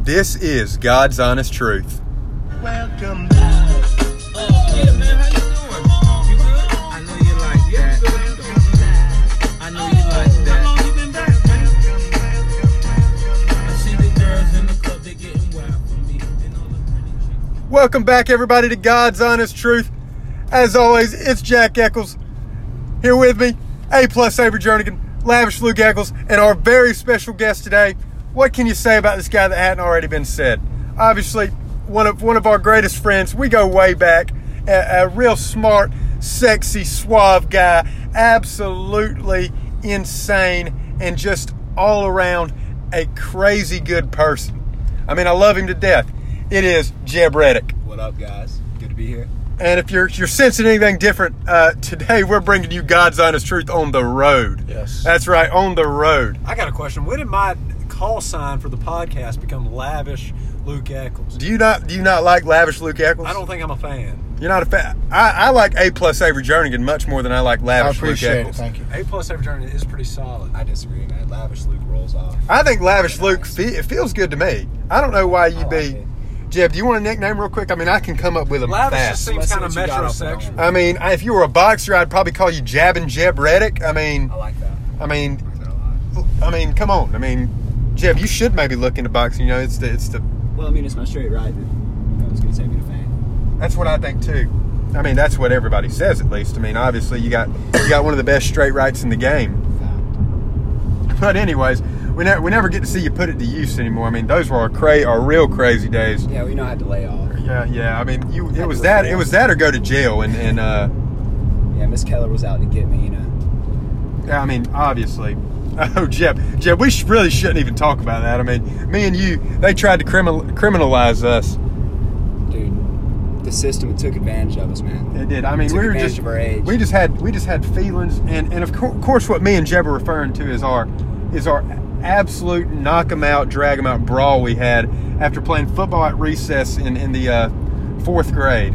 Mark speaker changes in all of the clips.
Speaker 1: This is God's honest truth.
Speaker 2: Welcome.
Speaker 3: Yeah, man, how you doing? You good? I know you like that. I know you like that. How long you been back, man? I see the girls in the club, they getting wild for me. And all the pretty chicks.
Speaker 1: Welcome back, everybody, to God's honest truth. As always, it's Jack Eccles here with me, A plus Saber Jernigan, Lavish Luke Eccles, and our very special guest today. What can you say about this guy that hadn't already been said? Obviously, one of one of our greatest friends. We go way back. A, a real smart, sexy, suave guy. Absolutely insane and just all around a crazy good person. I mean, I love him to death. It is Jeb Reddick.
Speaker 4: What up, guys? Good to be here.
Speaker 1: And if you're you're sensing anything different, uh, today we're bringing you God's honest truth on the road.
Speaker 4: Yes.
Speaker 1: That's right, on the road.
Speaker 4: I got a question. When did my call sign for the podcast become lavish Luke Eccles?
Speaker 1: Do you not do you not like lavish Luke Eccles?
Speaker 4: I don't think I'm a fan.
Speaker 1: You're not a fan. I, I like A plus Avery Jernigan much more than I like
Speaker 5: I
Speaker 1: lavish Luke
Speaker 5: appreciate it.
Speaker 1: Eccles.
Speaker 5: Thank you.
Speaker 4: A plus every turn is pretty solid.
Speaker 6: I disagree, man. Lavish Luke rolls off.
Speaker 1: I think lavish Luke fe- it feels good to me. I don't know why you'd
Speaker 6: like
Speaker 1: be.
Speaker 6: it.
Speaker 1: Jeb, do you want a nickname real quick? I mean, I can come up with them
Speaker 4: Lavish
Speaker 1: fast.
Speaker 4: just seems
Speaker 6: Let's see
Speaker 4: kind of
Speaker 6: what you got off the
Speaker 4: metrosexual.
Speaker 6: dome.
Speaker 1: I mean, if you were a boxer, I'd probably call you Jab and Jeb Reddick. I mean,
Speaker 6: I like that.
Speaker 1: I mean,
Speaker 6: I like that a lot.
Speaker 1: I mean, come on. I mean, Jeb, you should maybe look into boxing. You know, it's the it's the
Speaker 6: Well, I mean, it's my straight right that that was going to take me to fame.
Speaker 1: That's what I think too. I mean, that's what everybody says at least. I mean, obviously you got you got one of the best straight rights in the game. But anyways, we, ne- we never get to see you put it to use anymore. I mean, those were our cra- our real crazy days.
Speaker 6: Yeah, we know I had to lay off.
Speaker 1: Yeah, yeah. I mean, you it was that it was that or go to jail and and uh
Speaker 6: Yeah, Miss Keller was out to get me, you know.
Speaker 1: yeah, I mean, obviously. Oh, Jeb, Jeb, we sh- really shouldn't even talk about that. I mean, me and you, they tried to criminal- criminalize us.
Speaker 6: Dude, the system took advantage of us, man.
Speaker 1: It did. I mean,
Speaker 6: Took
Speaker 1: we were
Speaker 6: advantage
Speaker 1: just
Speaker 6: of our age.
Speaker 1: we just had we just had feelings, and and of cour course, what me and Jeb are referring to is our is our absolute knock 'em out, drag 'em out brawl we had after playing football at recess in in the uh, fourth grade.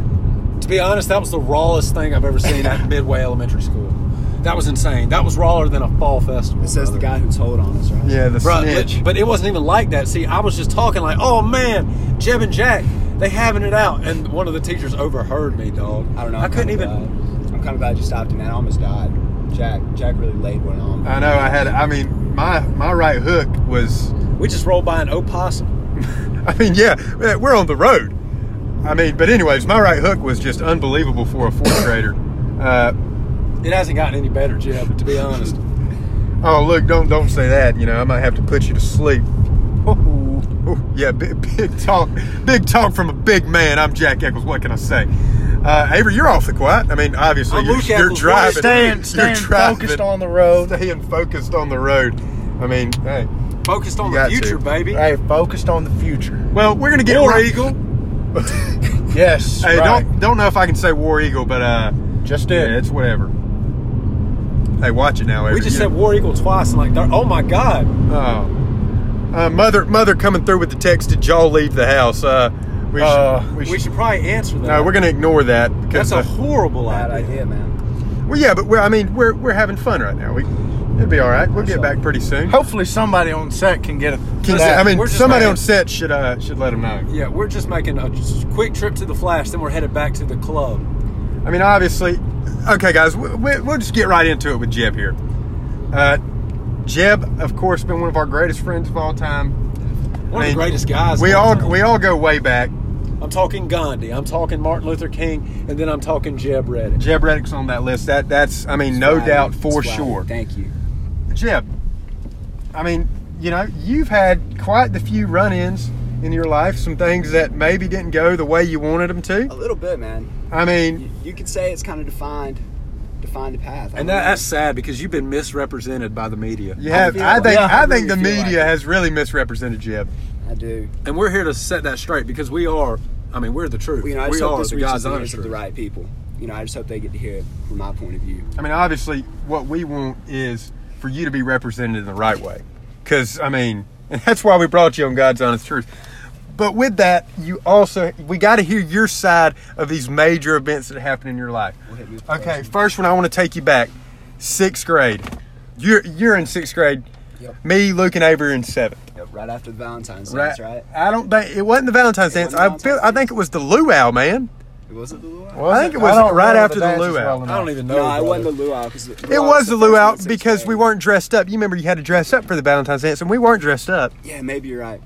Speaker 4: To be honest, that was the rawest thing I've ever seen at Midway Elementary School. That was insane. That was rawer than a fall festival.
Speaker 6: It says the
Speaker 4: brother.
Speaker 6: guy who told on us, right?
Speaker 1: Yeah, the
Speaker 4: Bruh,
Speaker 1: snitch.
Speaker 4: But, but it wasn't even like that. See, I was just talking like, oh man, Jeb and Jack, they having it out. And one of the teachers overheard me, dog.
Speaker 6: I don't know.
Speaker 4: I
Speaker 6: I'm
Speaker 4: couldn't
Speaker 6: kinda
Speaker 4: even.
Speaker 6: glad- I'm kind of glad you stopped him, man. I almost died. Jack, Jack really laid one on. me.
Speaker 1: I know. I had. I mean, my my right hook was.
Speaker 4: We just rolled by an opossum.
Speaker 1: I mean, yeah, we're on the road. I mean, but anyways, my right hook was just unbelievable for a fourth grader. Uh,
Speaker 4: It hasn't gotten any better, Jeb. To be honest,
Speaker 1: Oh, look! Don't don't say that. You know, I might have to put you to sleep. Oh, oh, yeah, big, big talk, big talk from a big man. I'm Jack Eccles. What can I say? Uh, Avery, you're awfully quiet. I mean, obviously,
Speaker 4: I'm
Speaker 1: you're,
Speaker 4: Luke
Speaker 1: you're
Speaker 4: Eccles.
Speaker 1: driving.
Speaker 5: Staying,
Speaker 1: you're
Speaker 5: staying
Speaker 1: driving,
Speaker 5: focused on the road.
Speaker 1: Staying focused on the road. I mean, hey.
Speaker 4: focused on
Speaker 1: You
Speaker 4: the
Speaker 1: got to.
Speaker 4: future, baby.
Speaker 5: Hey, focused on the future.
Speaker 1: Well, we're gonna get
Speaker 4: War
Speaker 1: right-
Speaker 4: Eagle.
Speaker 5: Yes.
Speaker 1: Hey,
Speaker 5: right.
Speaker 1: don't don't know if I can say War Eagle, but uh,
Speaker 5: Just did.
Speaker 1: yeah, it's whatever. Hey, watch it now, Avery.
Speaker 4: We just
Speaker 1: You
Speaker 4: said
Speaker 1: know-
Speaker 4: War Eagle twice, and like, oh my god,
Speaker 1: Oh. Uh, mother, mother coming through with the text. Did y'all leave the house? Uh, we, should,
Speaker 5: Uh,
Speaker 1: we
Speaker 4: we
Speaker 1: should-
Speaker 4: should probably answer that.
Speaker 1: No, we're going to ignore that because uh,
Speaker 4: That's a horrible
Speaker 6: Bad
Speaker 4: idea.
Speaker 6: idea, man.
Speaker 1: well, yeah, but we're, I mean, we're we're having fun right now. We it'll be all right. We'll get back pretty soon.
Speaker 5: Hopefully, somebody on set can get a.
Speaker 1: Can-
Speaker 4: Listen,
Speaker 1: I mean,
Speaker 4: we're just
Speaker 1: somebody
Speaker 4: making-
Speaker 1: on set should uh, should let them know.
Speaker 4: Yeah, we're just making a just quick trip to the Flash, then we're headed back to the club.
Speaker 1: I mean, obviously, okay, guys, we, we, we'll just get right into it with Jeb here. Uh, Jeb, of course, been one of our greatest friends of all time.
Speaker 4: One
Speaker 1: I mean,
Speaker 4: of the greatest guys.
Speaker 1: We
Speaker 4: of
Speaker 1: all
Speaker 4: time.
Speaker 1: we all go way back.
Speaker 4: I'm talking Gandhi. I'm talking Martin Luther King, and then I'm talking Jeb Reddick.
Speaker 1: Jeb Reddick's on that list. That that's I mean, no
Speaker 6: Swag.
Speaker 1: doubt for
Speaker 6: Swag.
Speaker 1: sure.
Speaker 6: Thank you.
Speaker 1: Jeb, I mean, you know, you've had quite the few run-ins in your life. Some things that maybe didn't go the way you wanted them
Speaker 6: A
Speaker 1: to.
Speaker 6: little bit, man.
Speaker 1: I mean,
Speaker 6: You, you could say it's kind of defined, defined the path. I
Speaker 4: And
Speaker 6: don't
Speaker 4: that,
Speaker 6: know.
Speaker 4: that's sad because you've been misrepresented by the media.
Speaker 1: you have.
Speaker 6: feel
Speaker 1: I
Speaker 6: like-
Speaker 1: think.
Speaker 6: yeah,
Speaker 1: I
Speaker 6: I
Speaker 1: think
Speaker 6: really
Speaker 1: the
Speaker 6: feel like
Speaker 1: media
Speaker 6: it.
Speaker 1: has really misrepresented Jeb.
Speaker 6: I do.
Speaker 4: And we're here to set that straight because we are. I mean, we're the truth.
Speaker 6: You know, I
Speaker 4: we
Speaker 6: just hope
Speaker 4: are
Speaker 6: this
Speaker 4: the
Speaker 6: reaches
Speaker 4: God's
Speaker 6: the
Speaker 4: honest
Speaker 6: ears of the
Speaker 4: truth.
Speaker 6: right people. You know, I just hope they get to hear it from my point of view.
Speaker 1: I mean, obviously, what we want is for you to be represented in the right way. Because, I mean, and that's why we brought you on God's Honest Truth. But with that, you also, we got to hear your side of these major events that happen in your life.
Speaker 6: hit me with the
Speaker 1: Okay, first one, I want to take you back. Sixth grade. You're, you're in sixth grade.
Speaker 6: Yep.
Speaker 1: Me, Luke, and Avery are in seventh.
Speaker 6: Yep. right after the Valentine's Day,
Speaker 1: Right.
Speaker 6: that's right?
Speaker 1: I don't think it wasn't the Valentine's
Speaker 6: It
Speaker 1: dance.
Speaker 6: wasn't
Speaker 1: I
Speaker 6: Valentine's
Speaker 1: feel I think it was the luau, man.
Speaker 6: It was it the luau?
Speaker 5: Was
Speaker 1: think it was
Speaker 5: don't
Speaker 1: right
Speaker 5: know
Speaker 1: after the
Speaker 5: dances
Speaker 1: luau.
Speaker 5: well
Speaker 4: I don't
Speaker 5: enough.
Speaker 4: even know.
Speaker 6: No, I wasn't the
Speaker 4: brother.
Speaker 6: luau because
Speaker 1: It was the luau because we weren't dressed up. You remember you had to dress up for the Valentine's dance, and we weren't dressed up.
Speaker 6: Yeah, maybe you're right.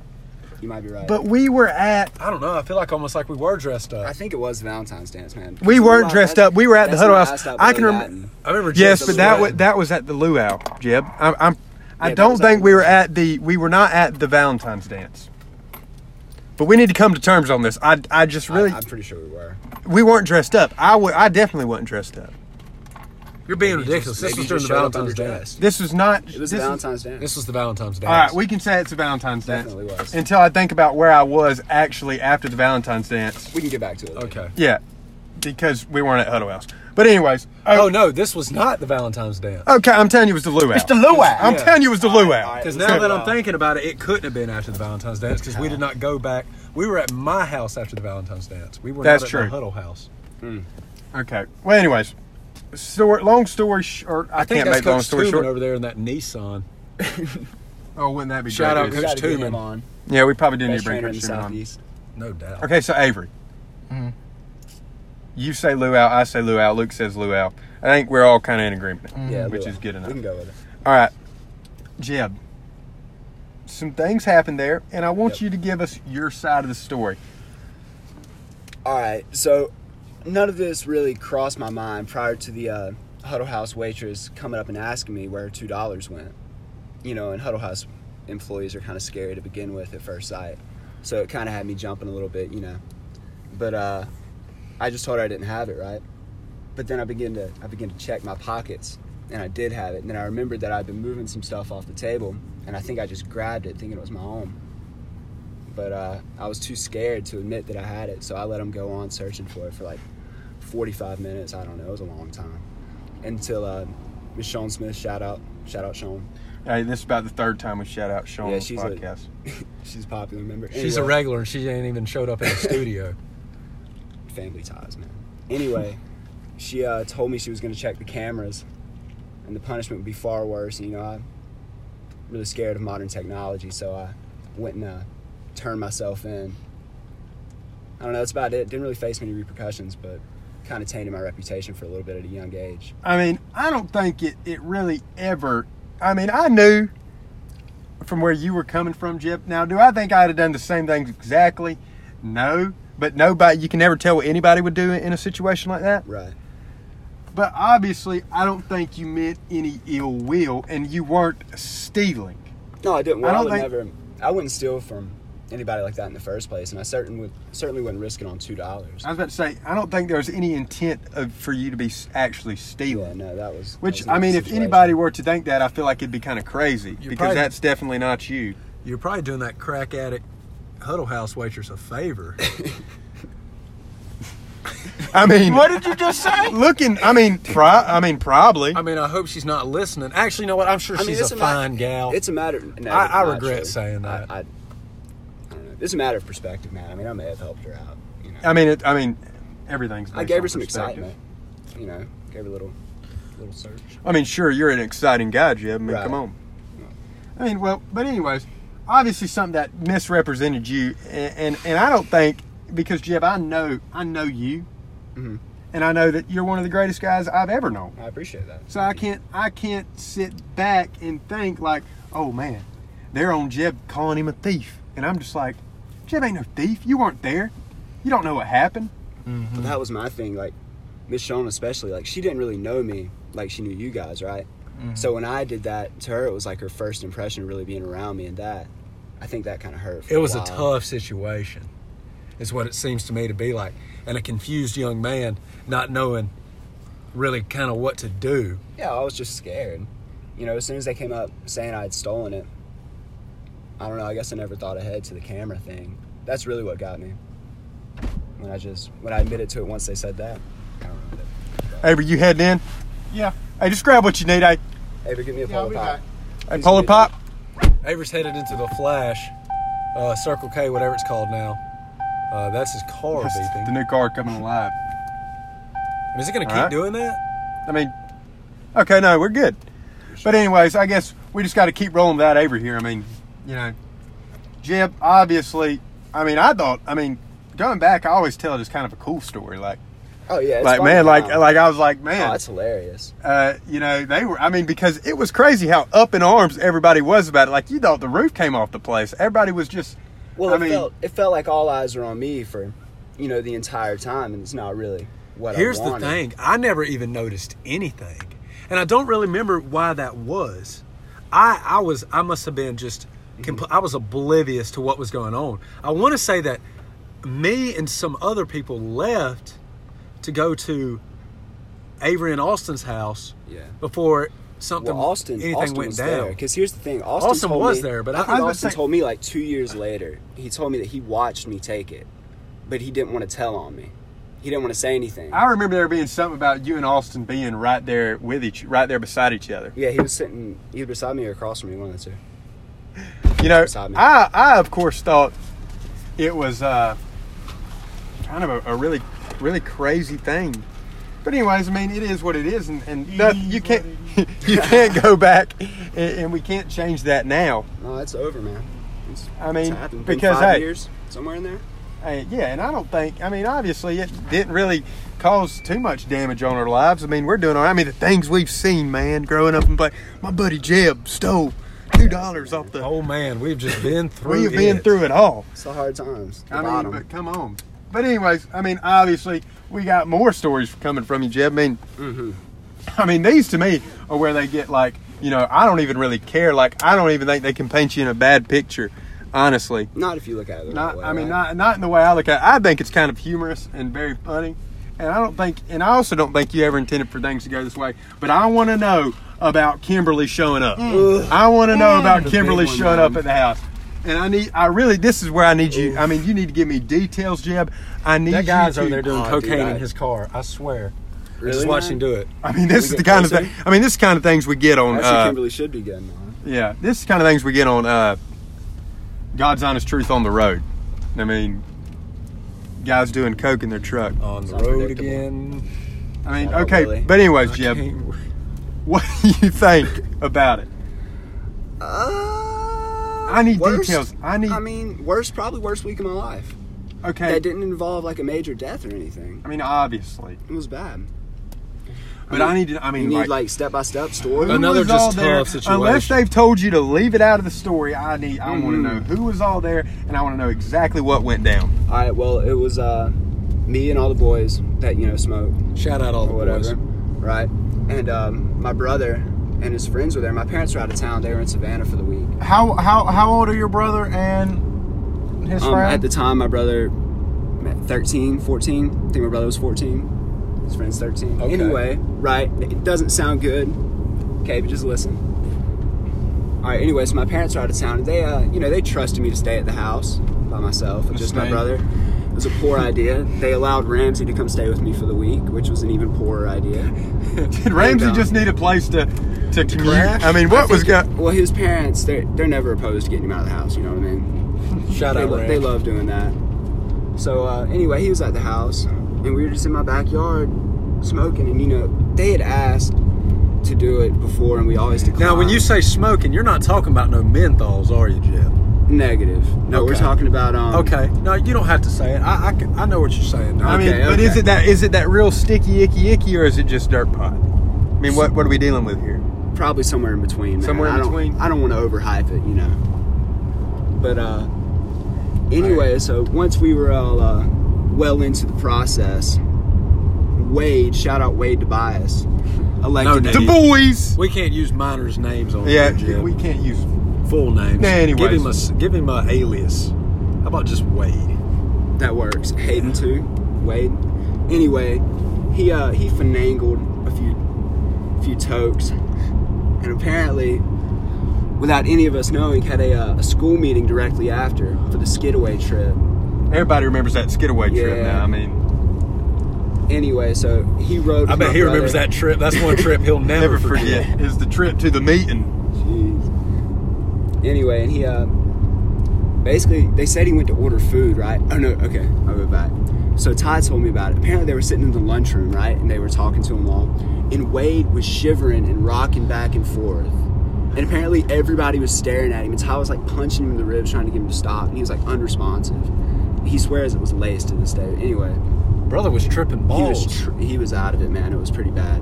Speaker 6: You might be right.
Speaker 1: But we were at
Speaker 4: I don't know. I feel like almost like we were dressed up.
Speaker 6: I think it was Valentine's Dance, man.
Speaker 1: we weren't
Speaker 6: Luau,
Speaker 1: dressed
Speaker 6: that's-
Speaker 1: up. We were at the
Speaker 6: that's
Speaker 1: huddle
Speaker 6: when
Speaker 1: house.
Speaker 6: stopped
Speaker 1: I
Speaker 6: really
Speaker 1: can Uh, remember.
Speaker 6: batting.
Speaker 4: I remember.
Speaker 1: Yes,
Speaker 4: Jeff
Speaker 1: but that was,
Speaker 4: sweating.
Speaker 1: that was at the luau, Jeb. I'm, I'm I
Speaker 6: Yeah, that
Speaker 1: don't
Speaker 6: was at
Speaker 1: think
Speaker 6: the
Speaker 1: we were
Speaker 6: luau.
Speaker 1: at the we were not at the Valentine's dance. But we need to come to terms on this. I, I just really
Speaker 6: I, am pretty sure we were.
Speaker 1: we weren't dressed up. I would I definitely wasn't dressed up.
Speaker 4: You're being
Speaker 6: Maybe
Speaker 4: ridiculous. This
Speaker 6: just- maybe
Speaker 4: was
Speaker 6: you
Speaker 4: during the
Speaker 6: just showed
Speaker 4: Valentine's
Speaker 6: up
Speaker 4: dance.
Speaker 6: underdressed.
Speaker 1: This was not
Speaker 6: It was
Speaker 1: this is-
Speaker 6: Valentine's Dance.
Speaker 4: This was the Valentine's dance.
Speaker 1: All right, we can say it's a Valentine's dance.
Speaker 6: Definitely was.
Speaker 1: Until I think about where I was actually after the Valentine's dance.
Speaker 6: we can get back to it. later.
Speaker 4: Okay.
Speaker 1: Yeah, because we weren't at Huddle House. But anyways,
Speaker 4: Oh
Speaker 1: oh,
Speaker 4: no, this was not the Valentine's dance.
Speaker 1: okay, I'm telling you, it was the luau. It's
Speaker 5: the luau.
Speaker 1: I'm
Speaker 4: Yeah.
Speaker 1: telling you, it was the luau.
Speaker 6: right.
Speaker 4: Because
Speaker 6: Let's
Speaker 4: now
Speaker 6: go
Speaker 4: that I'm
Speaker 6: out.
Speaker 4: thinking about it, it couldn't have been after the Valentine's dance because we did not go back. We were at my house after the Valentine's dance. We were
Speaker 1: That's
Speaker 4: not at
Speaker 1: true.
Speaker 4: the Huddle House.
Speaker 1: Okay. Well, anyways, story. Long story short, I,
Speaker 4: I think
Speaker 1: can't
Speaker 4: that's
Speaker 1: make long
Speaker 4: Coach
Speaker 1: story
Speaker 4: Tubman
Speaker 1: short.
Speaker 4: over there in that Nissan.
Speaker 1: Oh, wouldn't that be
Speaker 4: Shout
Speaker 1: great?
Speaker 4: out
Speaker 1: It
Speaker 6: We
Speaker 1: is.
Speaker 4: Coach
Speaker 6: gotta get
Speaker 4: Tubman.
Speaker 6: him on.
Speaker 1: Yeah, we probably didn't need
Speaker 6: Best
Speaker 1: to bring
Speaker 6: trainer in the
Speaker 1: Coach Tubman
Speaker 6: southeast.
Speaker 4: No doubt.
Speaker 1: on. Okay, so Avery, Mm-hmm. you say luau, I say luau, Luke says luau. I think we're all kind of in agreement,
Speaker 6: Yeah,
Speaker 1: which
Speaker 6: luau.
Speaker 1: is good enough.
Speaker 6: We can go with it.
Speaker 1: All right, Jeb. Some things happened there, and I want you to give us your side of the story.
Speaker 6: All right, so none of this really crossed my mind prior to the uh, Huddle House waitress coming up and asking me where two dollars went. You know, and Huddle House employees are kind of scary to begin with at first sight, so it kind of had me jumping a little bit, you know. But uh, I just told her I didn't have it, right? But then I began to I began to check my pockets, and I did have it. And then I remembered that I'd been moving some stuff off the table, and I think I just grabbed it thinking it was my own but uh, I was too scared to admit that I had it, so I let him go on searching for it for like 45 minutes. I don't know, it was a long time until uh, Miss Shawn Smith, shout out, shout out Shawn.
Speaker 1: Hey, this is about the third time we shout out Sean
Speaker 6: Yeah,
Speaker 1: on this
Speaker 6: she's a-
Speaker 1: podcast.
Speaker 6: She's a popular member.
Speaker 4: She's a
Speaker 6: Anyway,
Speaker 4: regular and she ain't even showed up in the studio.
Speaker 6: family ties, man. Anyway, she uh, told me she was gonna check the cameras, and the punishment would be far worse. You know, I'm really scared of modern technology, so I went and uh, turned myself in. I don't know, that's about it. Didn't really face many repercussions, but kind of tainted my reputation for a little bit at a young age.
Speaker 1: I mean, I don't think it, it really ever. I mean, I knew from where you were coming from, Jip. Now, do I think I'd have done the same things exactly? No, but nobody, you can never tell what anybody would do in a situation like that.
Speaker 6: Right.
Speaker 1: But obviously, I don't think you meant any ill will and you weren't stealing.
Speaker 6: No, I didn't.
Speaker 1: I
Speaker 6: Well, I,
Speaker 1: don't
Speaker 6: would
Speaker 1: think-
Speaker 6: never. I wouldn't steal from anybody like that in the first place, and I certain would, certainly wouldn't risk it on two dollars.
Speaker 1: I was about to say, I don't think there was any intent of, for you to be s- actually stealing.
Speaker 6: Yeah, no, that was. that
Speaker 1: Which,
Speaker 6: was
Speaker 1: I
Speaker 6: not
Speaker 1: mean,
Speaker 6: the
Speaker 1: if
Speaker 6: situation.
Speaker 1: anybody were to think that, I feel like it'd be kind of crazy because
Speaker 4: probably-
Speaker 1: that's definitely not you.
Speaker 4: You're probably doing that crack addict Huddle House waitress a favor.
Speaker 1: I mean,
Speaker 5: What did you just say?
Speaker 1: looking. I mean, pro- I mean, probably.
Speaker 4: I mean, I hope she's not listening. Actually, you know what? I'm sure
Speaker 6: I mean,
Speaker 4: she's
Speaker 6: it's
Speaker 4: a
Speaker 6: ma-
Speaker 4: fine gal.
Speaker 6: It's a matter. No,
Speaker 4: I- I
Speaker 6: not
Speaker 4: regret
Speaker 6: true.
Speaker 4: saying that.
Speaker 6: I, I, I don't know. It's a matter of perspective, man. I mean, I may have helped her out. You know,
Speaker 1: I mean, it, I mean, everything's.
Speaker 6: I
Speaker 1: based
Speaker 6: gave
Speaker 1: on
Speaker 6: her some
Speaker 1: perspective.
Speaker 6: excitement. You know, gave her a little, little search.
Speaker 1: I mean, sure, you're an exciting guy, Jeb. I mean,
Speaker 6: Right.
Speaker 1: come on. I mean, well, but anyways, obviously something that misrepresented you, and and, and I don't think because Jeb, I know, I know you,
Speaker 6: Mhm.
Speaker 1: and I know that you're one of the greatest guys I've ever known.
Speaker 6: I appreciate that.
Speaker 1: So I can't, I can't sit back and think like, oh man, they're on Jeb calling him a thief, and I'm just like, Jeb ain't no thief. You weren't there. You don't know what happened.
Speaker 6: But that was my thing. Like Miss Shawn, especially, like she didn't really know me like she knew you guys, right?
Speaker 4: Mm-hmm.
Speaker 6: So when I did that to her, it was like her first impression of really being around me, and that I think that kind of hurt. For
Speaker 4: It was a
Speaker 6: while.
Speaker 4: tough situation, is what it seems to me to be like. And a confused young man not knowing really kind of what to do.
Speaker 6: Yeah, I was just scared. You know, as soon as they came up saying I had stolen it, I don't know. I guess I never thought ahead to the camera thing. That's really what got me. When I just when I admitted to it once they said that, I don't know.
Speaker 1: Avery, you heading in?
Speaker 5: Yeah.
Speaker 1: Hey, just grab what you need. Hey,
Speaker 6: Hey, but give me a
Speaker 5: Yeah, I'll
Speaker 6: polo
Speaker 5: be
Speaker 6: pop.
Speaker 5: back.
Speaker 1: hey Polo Pop.
Speaker 4: Avery's headed into the Flash, uh, Circle K, whatever it's called now. Uh, that's his car
Speaker 1: That's
Speaker 4: beeping.
Speaker 1: The new car coming alive.
Speaker 4: I mean, is it going to keep
Speaker 1: Alright.
Speaker 4: doing that?
Speaker 1: I mean, okay, no, we're good. But anyways, I guess we just got to keep rolling without Avery here. I mean, you know, Jeb, obviously, I mean, I thought, I mean, going back, I always tell it as kind of a cool story. Like,
Speaker 6: Oh yeah, it's
Speaker 1: like
Speaker 6: funny
Speaker 1: man, like,
Speaker 6: now.
Speaker 1: like I was like,
Speaker 6: oh,
Speaker 1: man,
Speaker 6: that's hilarious.
Speaker 1: uh, you know, they were. I mean, because it was crazy how up in arms everybody was about it. Like you thought the roof came off the place. Everybody was just.
Speaker 6: Well,
Speaker 1: I
Speaker 6: it
Speaker 1: mean,
Speaker 6: felt it felt like all eyes were on me for, you know, the entire time, and it's not really what
Speaker 4: Here's
Speaker 6: I
Speaker 4: the
Speaker 6: wanted.
Speaker 4: thing I never even noticed anything. And I don't really remember why that was. I, I was I must have been just
Speaker 6: Mm-hmm.
Speaker 4: compl- I was oblivious to what was going on. I want to say that me and some other people left to go to Avery and Austin's house
Speaker 6: Yeah.
Speaker 4: before something
Speaker 6: Well, Austin,
Speaker 4: anything
Speaker 6: Austin
Speaker 4: went
Speaker 6: was
Speaker 4: down.
Speaker 6: Because here's the thing, Austin,
Speaker 4: Austin
Speaker 6: told
Speaker 4: was
Speaker 6: me-
Speaker 4: there, but I-
Speaker 6: I think
Speaker 1: I would
Speaker 6: Austin
Speaker 1: say-
Speaker 6: told me like two years later. He told me that he watched me take it, but he didn't want to tell on me. He didn't want to say anything.
Speaker 1: I remember there being something about you and Austin being right there with each, right there beside each other.
Speaker 6: yeah, he was sitting either beside me or across from me, one of the two.
Speaker 1: You know,
Speaker 6: Beside me.
Speaker 1: I, I of course thought it was uh, kind of a, a really, really crazy thing. But anyways, I mean, it is what it is, and, and noth- you can't, you can't go back, and, and we can't change that now.
Speaker 6: No, it's over, man. It's,
Speaker 1: I mean,
Speaker 6: it's happened. Been
Speaker 1: because
Speaker 6: five
Speaker 1: hey,
Speaker 6: years somewhere in there.
Speaker 1: Uh, yeah, and I don't think. I mean, obviously, it didn't really cause too much damage on our lives. I mean, we're doing all right. I mean, the things we've seen, man, growing up and play. My buddy Jeb stole two dollars off the.
Speaker 4: Oh man, we've just been through.
Speaker 1: We've been
Speaker 4: it.
Speaker 1: through it all.
Speaker 6: It's the hard times. The
Speaker 1: I mean,
Speaker 6: bottom.
Speaker 1: but come on. But anyways, I mean, obviously, we got more stories coming from you, Jeb. I mean,
Speaker 6: Mm-hmm.
Speaker 1: I mean, these to me are where they get like, you know, I don't even really care. Like, I don't even think they can paint you in a bad picture, honestly.
Speaker 6: not if you look at it. the
Speaker 1: Not,
Speaker 6: right way,
Speaker 1: I mean,
Speaker 6: right?
Speaker 1: not not in the way I look at. it. I think it's kind of humorous and very funny, and I don't think, and I also don't think you ever intended for things to go this way. But I want to know about Kimberly showing up.
Speaker 4: Hmm.
Speaker 1: I want to know about
Speaker 6: The big
Speaker 1: Kimberly
Speaker 6: one,
Speaker 1: showing
Speaker 6: man.
Speaker 1: up at the house, and I need, I really, this is where I need you. I mean, you need to give me details, Jeb. I need
Speaker 4: That guy's
Speaker 1: you
Speaker 4: over
Speaker 1: to,
Speaker 4: there doing
Speaker 6: Oh, dude,
Speaker 4: cocaine
Speaker 6: I-
Speaker 4: in his car. I swear. I
Speaker 6: Really,
Speaker 4: just watched
Speaker 6: man?
Speaker 4: him do it.
Speaker 1: I mean,
Speaker 6: we
Speaker 1: this is
Speaker 6: get
Speaker 1: the kind of
Speaker 6: closer?
Speaker 1: thing. I mean, this is the kind of things we get on.
Speaker 6: Actually,
Speaker 1: uh,
Speaker 6: Kimberly should be getting on.
Speaker 1: Yeah, this is kind of things we get on uh, God's honest truth on the road. I mean, guys doing coke in their truck.
Speaker 4: On the
Speaker 6: It's
Speaker 4: road
Speaker 6: unpredictable.
Speaker 4: again.
Speaker 1: I mean,
Speaker 6: Oh,
Speaker 1: okay,
Speaker 6: really?
Speaker 1: but anyways,
Speaker 4: I
Speaker 1: Jeb,
Speaker 4: can't-
Speaker 1: what do you think about it?
Speaker 6: Uh,
Speaker 1: I need details. I need-
Speaker 6: I mean, worst probably worst week of my life.
Speaker 1: Okay,
Speaker 6: That didn't involve like a major death or anything.
Speaker 1: I mean, obviously,
Speaker 6: It was bad.
Speaker 1: but I need to. I mean,
Speaker 6: You need
Speaker 1: like,
Speaker 6: like step by step story.
Speaker 1: who
Speaker 4: Another
Speaker 1: was
Speaker 4: just
Speaker 1: all there?
Speaker 4: tough situation.
Speaker 1: Unless they've told you to leave it out of the story, I need. I
Speaker 6: Mm-hmm.
Speaker 1: want to know who was all there, and I want to know exactly what went down.
Speaker 6: All right. Well, it was uh, me and all the boys that you know smoked
Speaker 4: Shout out all the
Speaker 6: or whatever,
Speaker 4: boys.
Speaker 6: right? And um, my brother and his friends were there. My parents were out of town. They were in Savannah for the week.
Speaker 5: How how how old are your brother and his
Speaker 6: Um,
Speaker 5: friend?
Speaker 6: at the time, my brother, 13, 14. I think my brother was 14. His friend's 13.
Speaker 4: Okay.
Speaker 6: Anyway, right. It doesn't sound good. Okay, but just listen. All right. Anyway, so my parents are out of town. They, uh, you know, they trusted me to stay at the house by myself with just my
Speaker 1: stay.
Speaker 6: brother. It was a poor idea. They allowed Ramsey to come stay with me for the week, which was an even poorer idea.
Speaker 1: Did Ramsey
Speaker 6: um,
Speaker 1: just need a place to to commute?
Speaker 6: crash?
Speaker 1: I mean,
Speaker 6: I
Speaker 1: what was
Speaker 6: think
Speaker 1: got?
Speaker 6: it- Well, his parents, they're they're never opposed to getting him out of the house. You know what I mean?
Speaker 4: Shout
Speaker 6: they,
Speaker 4: out
Speaker 6: lo-
Speaker 4: Ram.
Speaker 6: they love doing that. So uh, anyway, he was at the house, and we were just in my backyard smoking. And you know, they had asked to do it before, and we always declined.
Speaker 4: Now, when you say smoking, you're not talking about no menthols, are you, Jeb?
Speaker 6: negative, no, we're
Speaker 4: Okay.
Speaker 6: talking about um.
Speaker 4: Okay. No, you don't have to say it. I, I, can- I know what you're saying.
Speaker 1: I
Speaker 4: now.
Speaker 1: mean,
Speaker 6: Okay,
Speaker 1: but is
Speaker 6: okay.
Speaker 1: it that is it that real sticky icky icky, or is it just dirt pot? I mean, what what are we dealing with here?
Speaker 6: probably somewhere in between. Man.
Speaker 1: Somewhere in
Speaker 6: I don't,
Speaker 1: between?
Speaker 6: I don't want to overhype it, you know. But uh, anyway, so once we were all uh, well into the process, Wade, shout out Wade Tobias, elected
Speaker 4: No
Speaker 1: The
Speaker 4: name.
Speaker 1: boys.
Speaker 4: we can't use minors' names on
Speaker 1: Yeah,
Speaker 4: here, Jeb.
Speaker 1: we can't use
Speaker 4: full names.
Speaker 1: Nah, anyways.
Speaker 4: give him a s- give him a alias. How about just Wade?
Speaker 6: that works. Hayden too. Wade. Anyway, he uh he finangled a few few tokes, and apparently, without any of us knowing, had a, uh, a school meeting directly after for the skidaway trip.
Speaker 1: Everybody remembers that skidaway trip
Speaker 6: Yeah.
Speaker 1: now. I mean,
Speaker 6: Anyway, so he rode.
Speaker 4: I bet
Speaker 6: with my
Speaker 4: he remembers
Speaker 6: brother.
Speaker 4: that trip. That's one trip he'll never,
Speaker 1: never forget is the trip to the meeting.
Speaker 6: Jeez. Anyway, and he uh, basically they said he went to order food, right? Oh no, okay, I'll go back. So Ty told me about it. Apparently they were sitting in the lunchroom, right, and they were talking to him all, and Wade was shivering and rocking back and forth, And apparently everybody was staring at him. And Ty was like punching him in the ribs, trying to get him to stop. And he was like unresponsive. He swears it was laced to this day. Anyway,
Speaker 4: Brother was tripping
Speaker 6: he
Speaker 4: balls.
Speaker 6: was tr- he was out of it, man. It was pretty bad.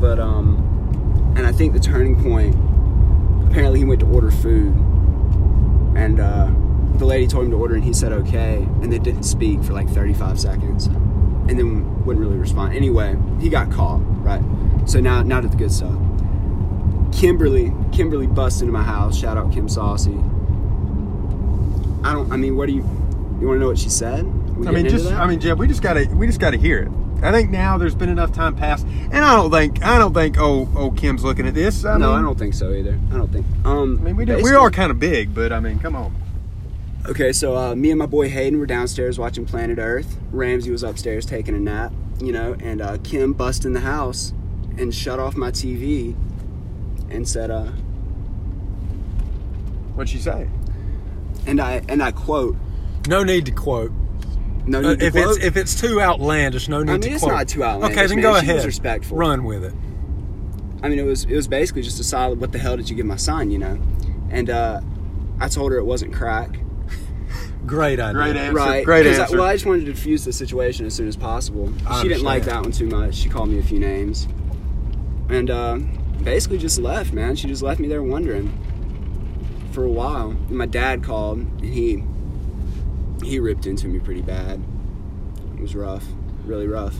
Speaker 6: But um, and I think the turning point. Apparently, he went to order food, and uh, the lady told him to order, and he said okay, and they didn't speak for like 35 seconds, and then wouldn't really respond. Anyway, he got caught, right? So now, now to the good stuff. Kimberly, Kimberly busts into my house. Shout out Kim Saucy. I don't. I mean, what do you? You want to know what she said? We
Speaker 1: I mean,
Speaker 6: getting into
Speaker 1: just
Speaker 6: that?
Speaker 1: I mean, Jeb, we just gotta we just gotta hear it. I think now there's been enough time passed, and I don't think I don't think oh oh Kim's looking at this. I
Speaker 6: no,
Speaker 1: mean,
Speaker 6: I don't think so either. I don't think. Um,
Speaker 1: I mean, we do, we are kind of big, but I mean, come on.
Speaker 6: Okay, so uh, me and my boy Hayden were downstairs watching Planet Earth. Ramsey was upstairs taking a nap, you know, and uh, Kim bust in the house and shut off my TV and said, uh,
Speaker 1: What'd she say?
Speaker 6: and I and I quote,
Speaker 4: No need to quote.
Speaker 6: no
Speaker 4: Uh,
Speaker 6: need to
Speaker 4: if
Speaker 6: quote.
Speaker 4: it's if it's too outlandish, no need
Speaker 6: mean,
Speaker 4: to
Speaker 6: it's
Speaker 4: quote.
Speaker 6: not too outlandish,
Speaker 4: Okay, then
Speaker 6: man.
Speaker 4: go
Speaker 6: She was
Speaker 4: ahead.
Speaker 6: respectful.
Speaker 4: Run with it.
Speaker 6: I mean, it was it was basically just a solid. What the hell did you give my son? You know, and uh, I told her it wasn't crack.
Speaker 4: Great idea.
Speaker 1: Great answer.
Speaker 6: Right.
Speaker 1: Great
Speaker 6: 'cause I-
Speaker 1: answer.
Speaker 6: well, I just wanted to defuse the situation as soon as possible.
Speaker 4: I
Speaker 6: she didn't like
Speaker 4: understand.
Speaker 6: that one too much. She called me a few names, and uh, basically just left. Man, she just left me there wondering for a while. And my dad called, and he he ripped into me pretty bad. It was rough, really rough.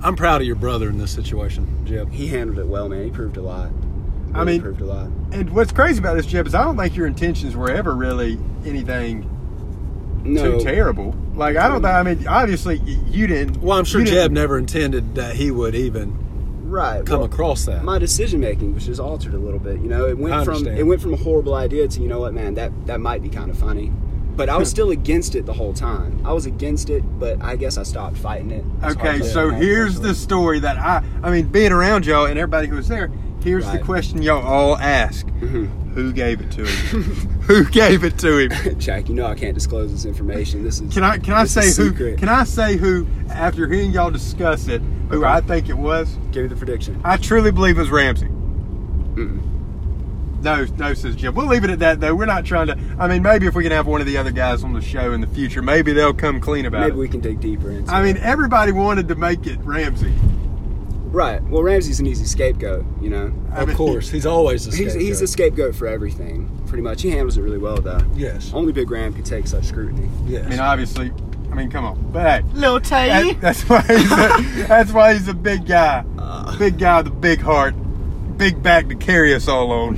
Speaker 4: I'm proud of your brother in this situation, Jeb.
Speaker 6: He handled it well, man. He proved a lot.
Speaker 1: I
Speaker 6: Really
Speaker 1: mean-
Speaker 6: proved a lot.
Speaker 1: and what's crazy about this, Jeb, is I don't think your intentions were ever really anything
Speaker 6: No,
Speaker 1: too terrible. Like I don't think. I mean, obviously y- you didn't.
Speaker 4: Well, I'm sure
Speaker 1: you
Speaker 4: Jeb
Speaker 1: didn't-
Speaker 4: never intended that he would even
Speaker 6: right.
Speaker 4: come
Speaker 6: well,
Speaker 4: across that.
Speaker 6: my decision making was just altered a little bit. You know, it
Speaker 4: I
Speaker 6: went from
Speaker 4: understand.
Speaker 6: it went from a horrible idea to you know what, man, that that might be kind of funny. But I was still against it the whole time. I was against it, but I guess I stopped fighting it. as hard
Speaker 1: Okay,
Speaker 6: as I
Speaker 1: so
Speaker 6: could,
Speaker 1: here's the story that I. I mean, being around y'all and everybody who was there, here's
Speaker 6: Right.
Speaker 1: the question y'all all ask:
Speaker 6: Mhm.
Speaker 4: Mm-hmm.
Speaker 1: Who gave it to him? who gave it to him?
Speaker 6: Jack. You know I can't disclose this information. This is
Speaker 1: Can I can I
Speaker 6: It's a
Speaker 1: say who?
Speaker 6: secret.
Speaker 1: Can I say who? After hearing y'all discuss it, who
Speaker 6: Okay.
Speaker 1: I think it was,
Speaker 6: give you the prediction.
Speaker 1: I truly believe it was Ramsey.
Speaker 6: Mm-mm.
Speaker 1: No, no, says Jim. We'll leave it at that, though. We're not trying to. I mean, maybe if we can have one of the other guys on the show in the future, maybe they'll come clean about
Speaker 6: Maybe
Speaker 1: it.
Speaker 6: we can dig deeper into.
Speaker 1: I
Speaker 6: it.
Speaker 1: mean, everybody wanted to make it Ramsey.
Speaker 6: right? Well, Ramsey's an easy scapegoat. You know,
Speaker 1: I
Speaker 4: of
Speaker 1: mean,
Speaker 4: course, he's always a
Speaker 6: he's
Speaker 4: scapegoat.
Speaker 6: he's a scapegoat for everything. Pretty much, he handles it really well though.
Speaker 4: yes,
Speaker 6: Only Big Ram could take such scrutiny.
Speaker 4: yes.
Speaker 1: I mean, obviously. I mean, come on. But hey,
Speaker 5: Little Tay.
Speaker 1: that, that's why he's a, that's why he's a big guy,
Speaker 6: Uh,
Speaker 1: big guy with a big heart, big back to carry us all on.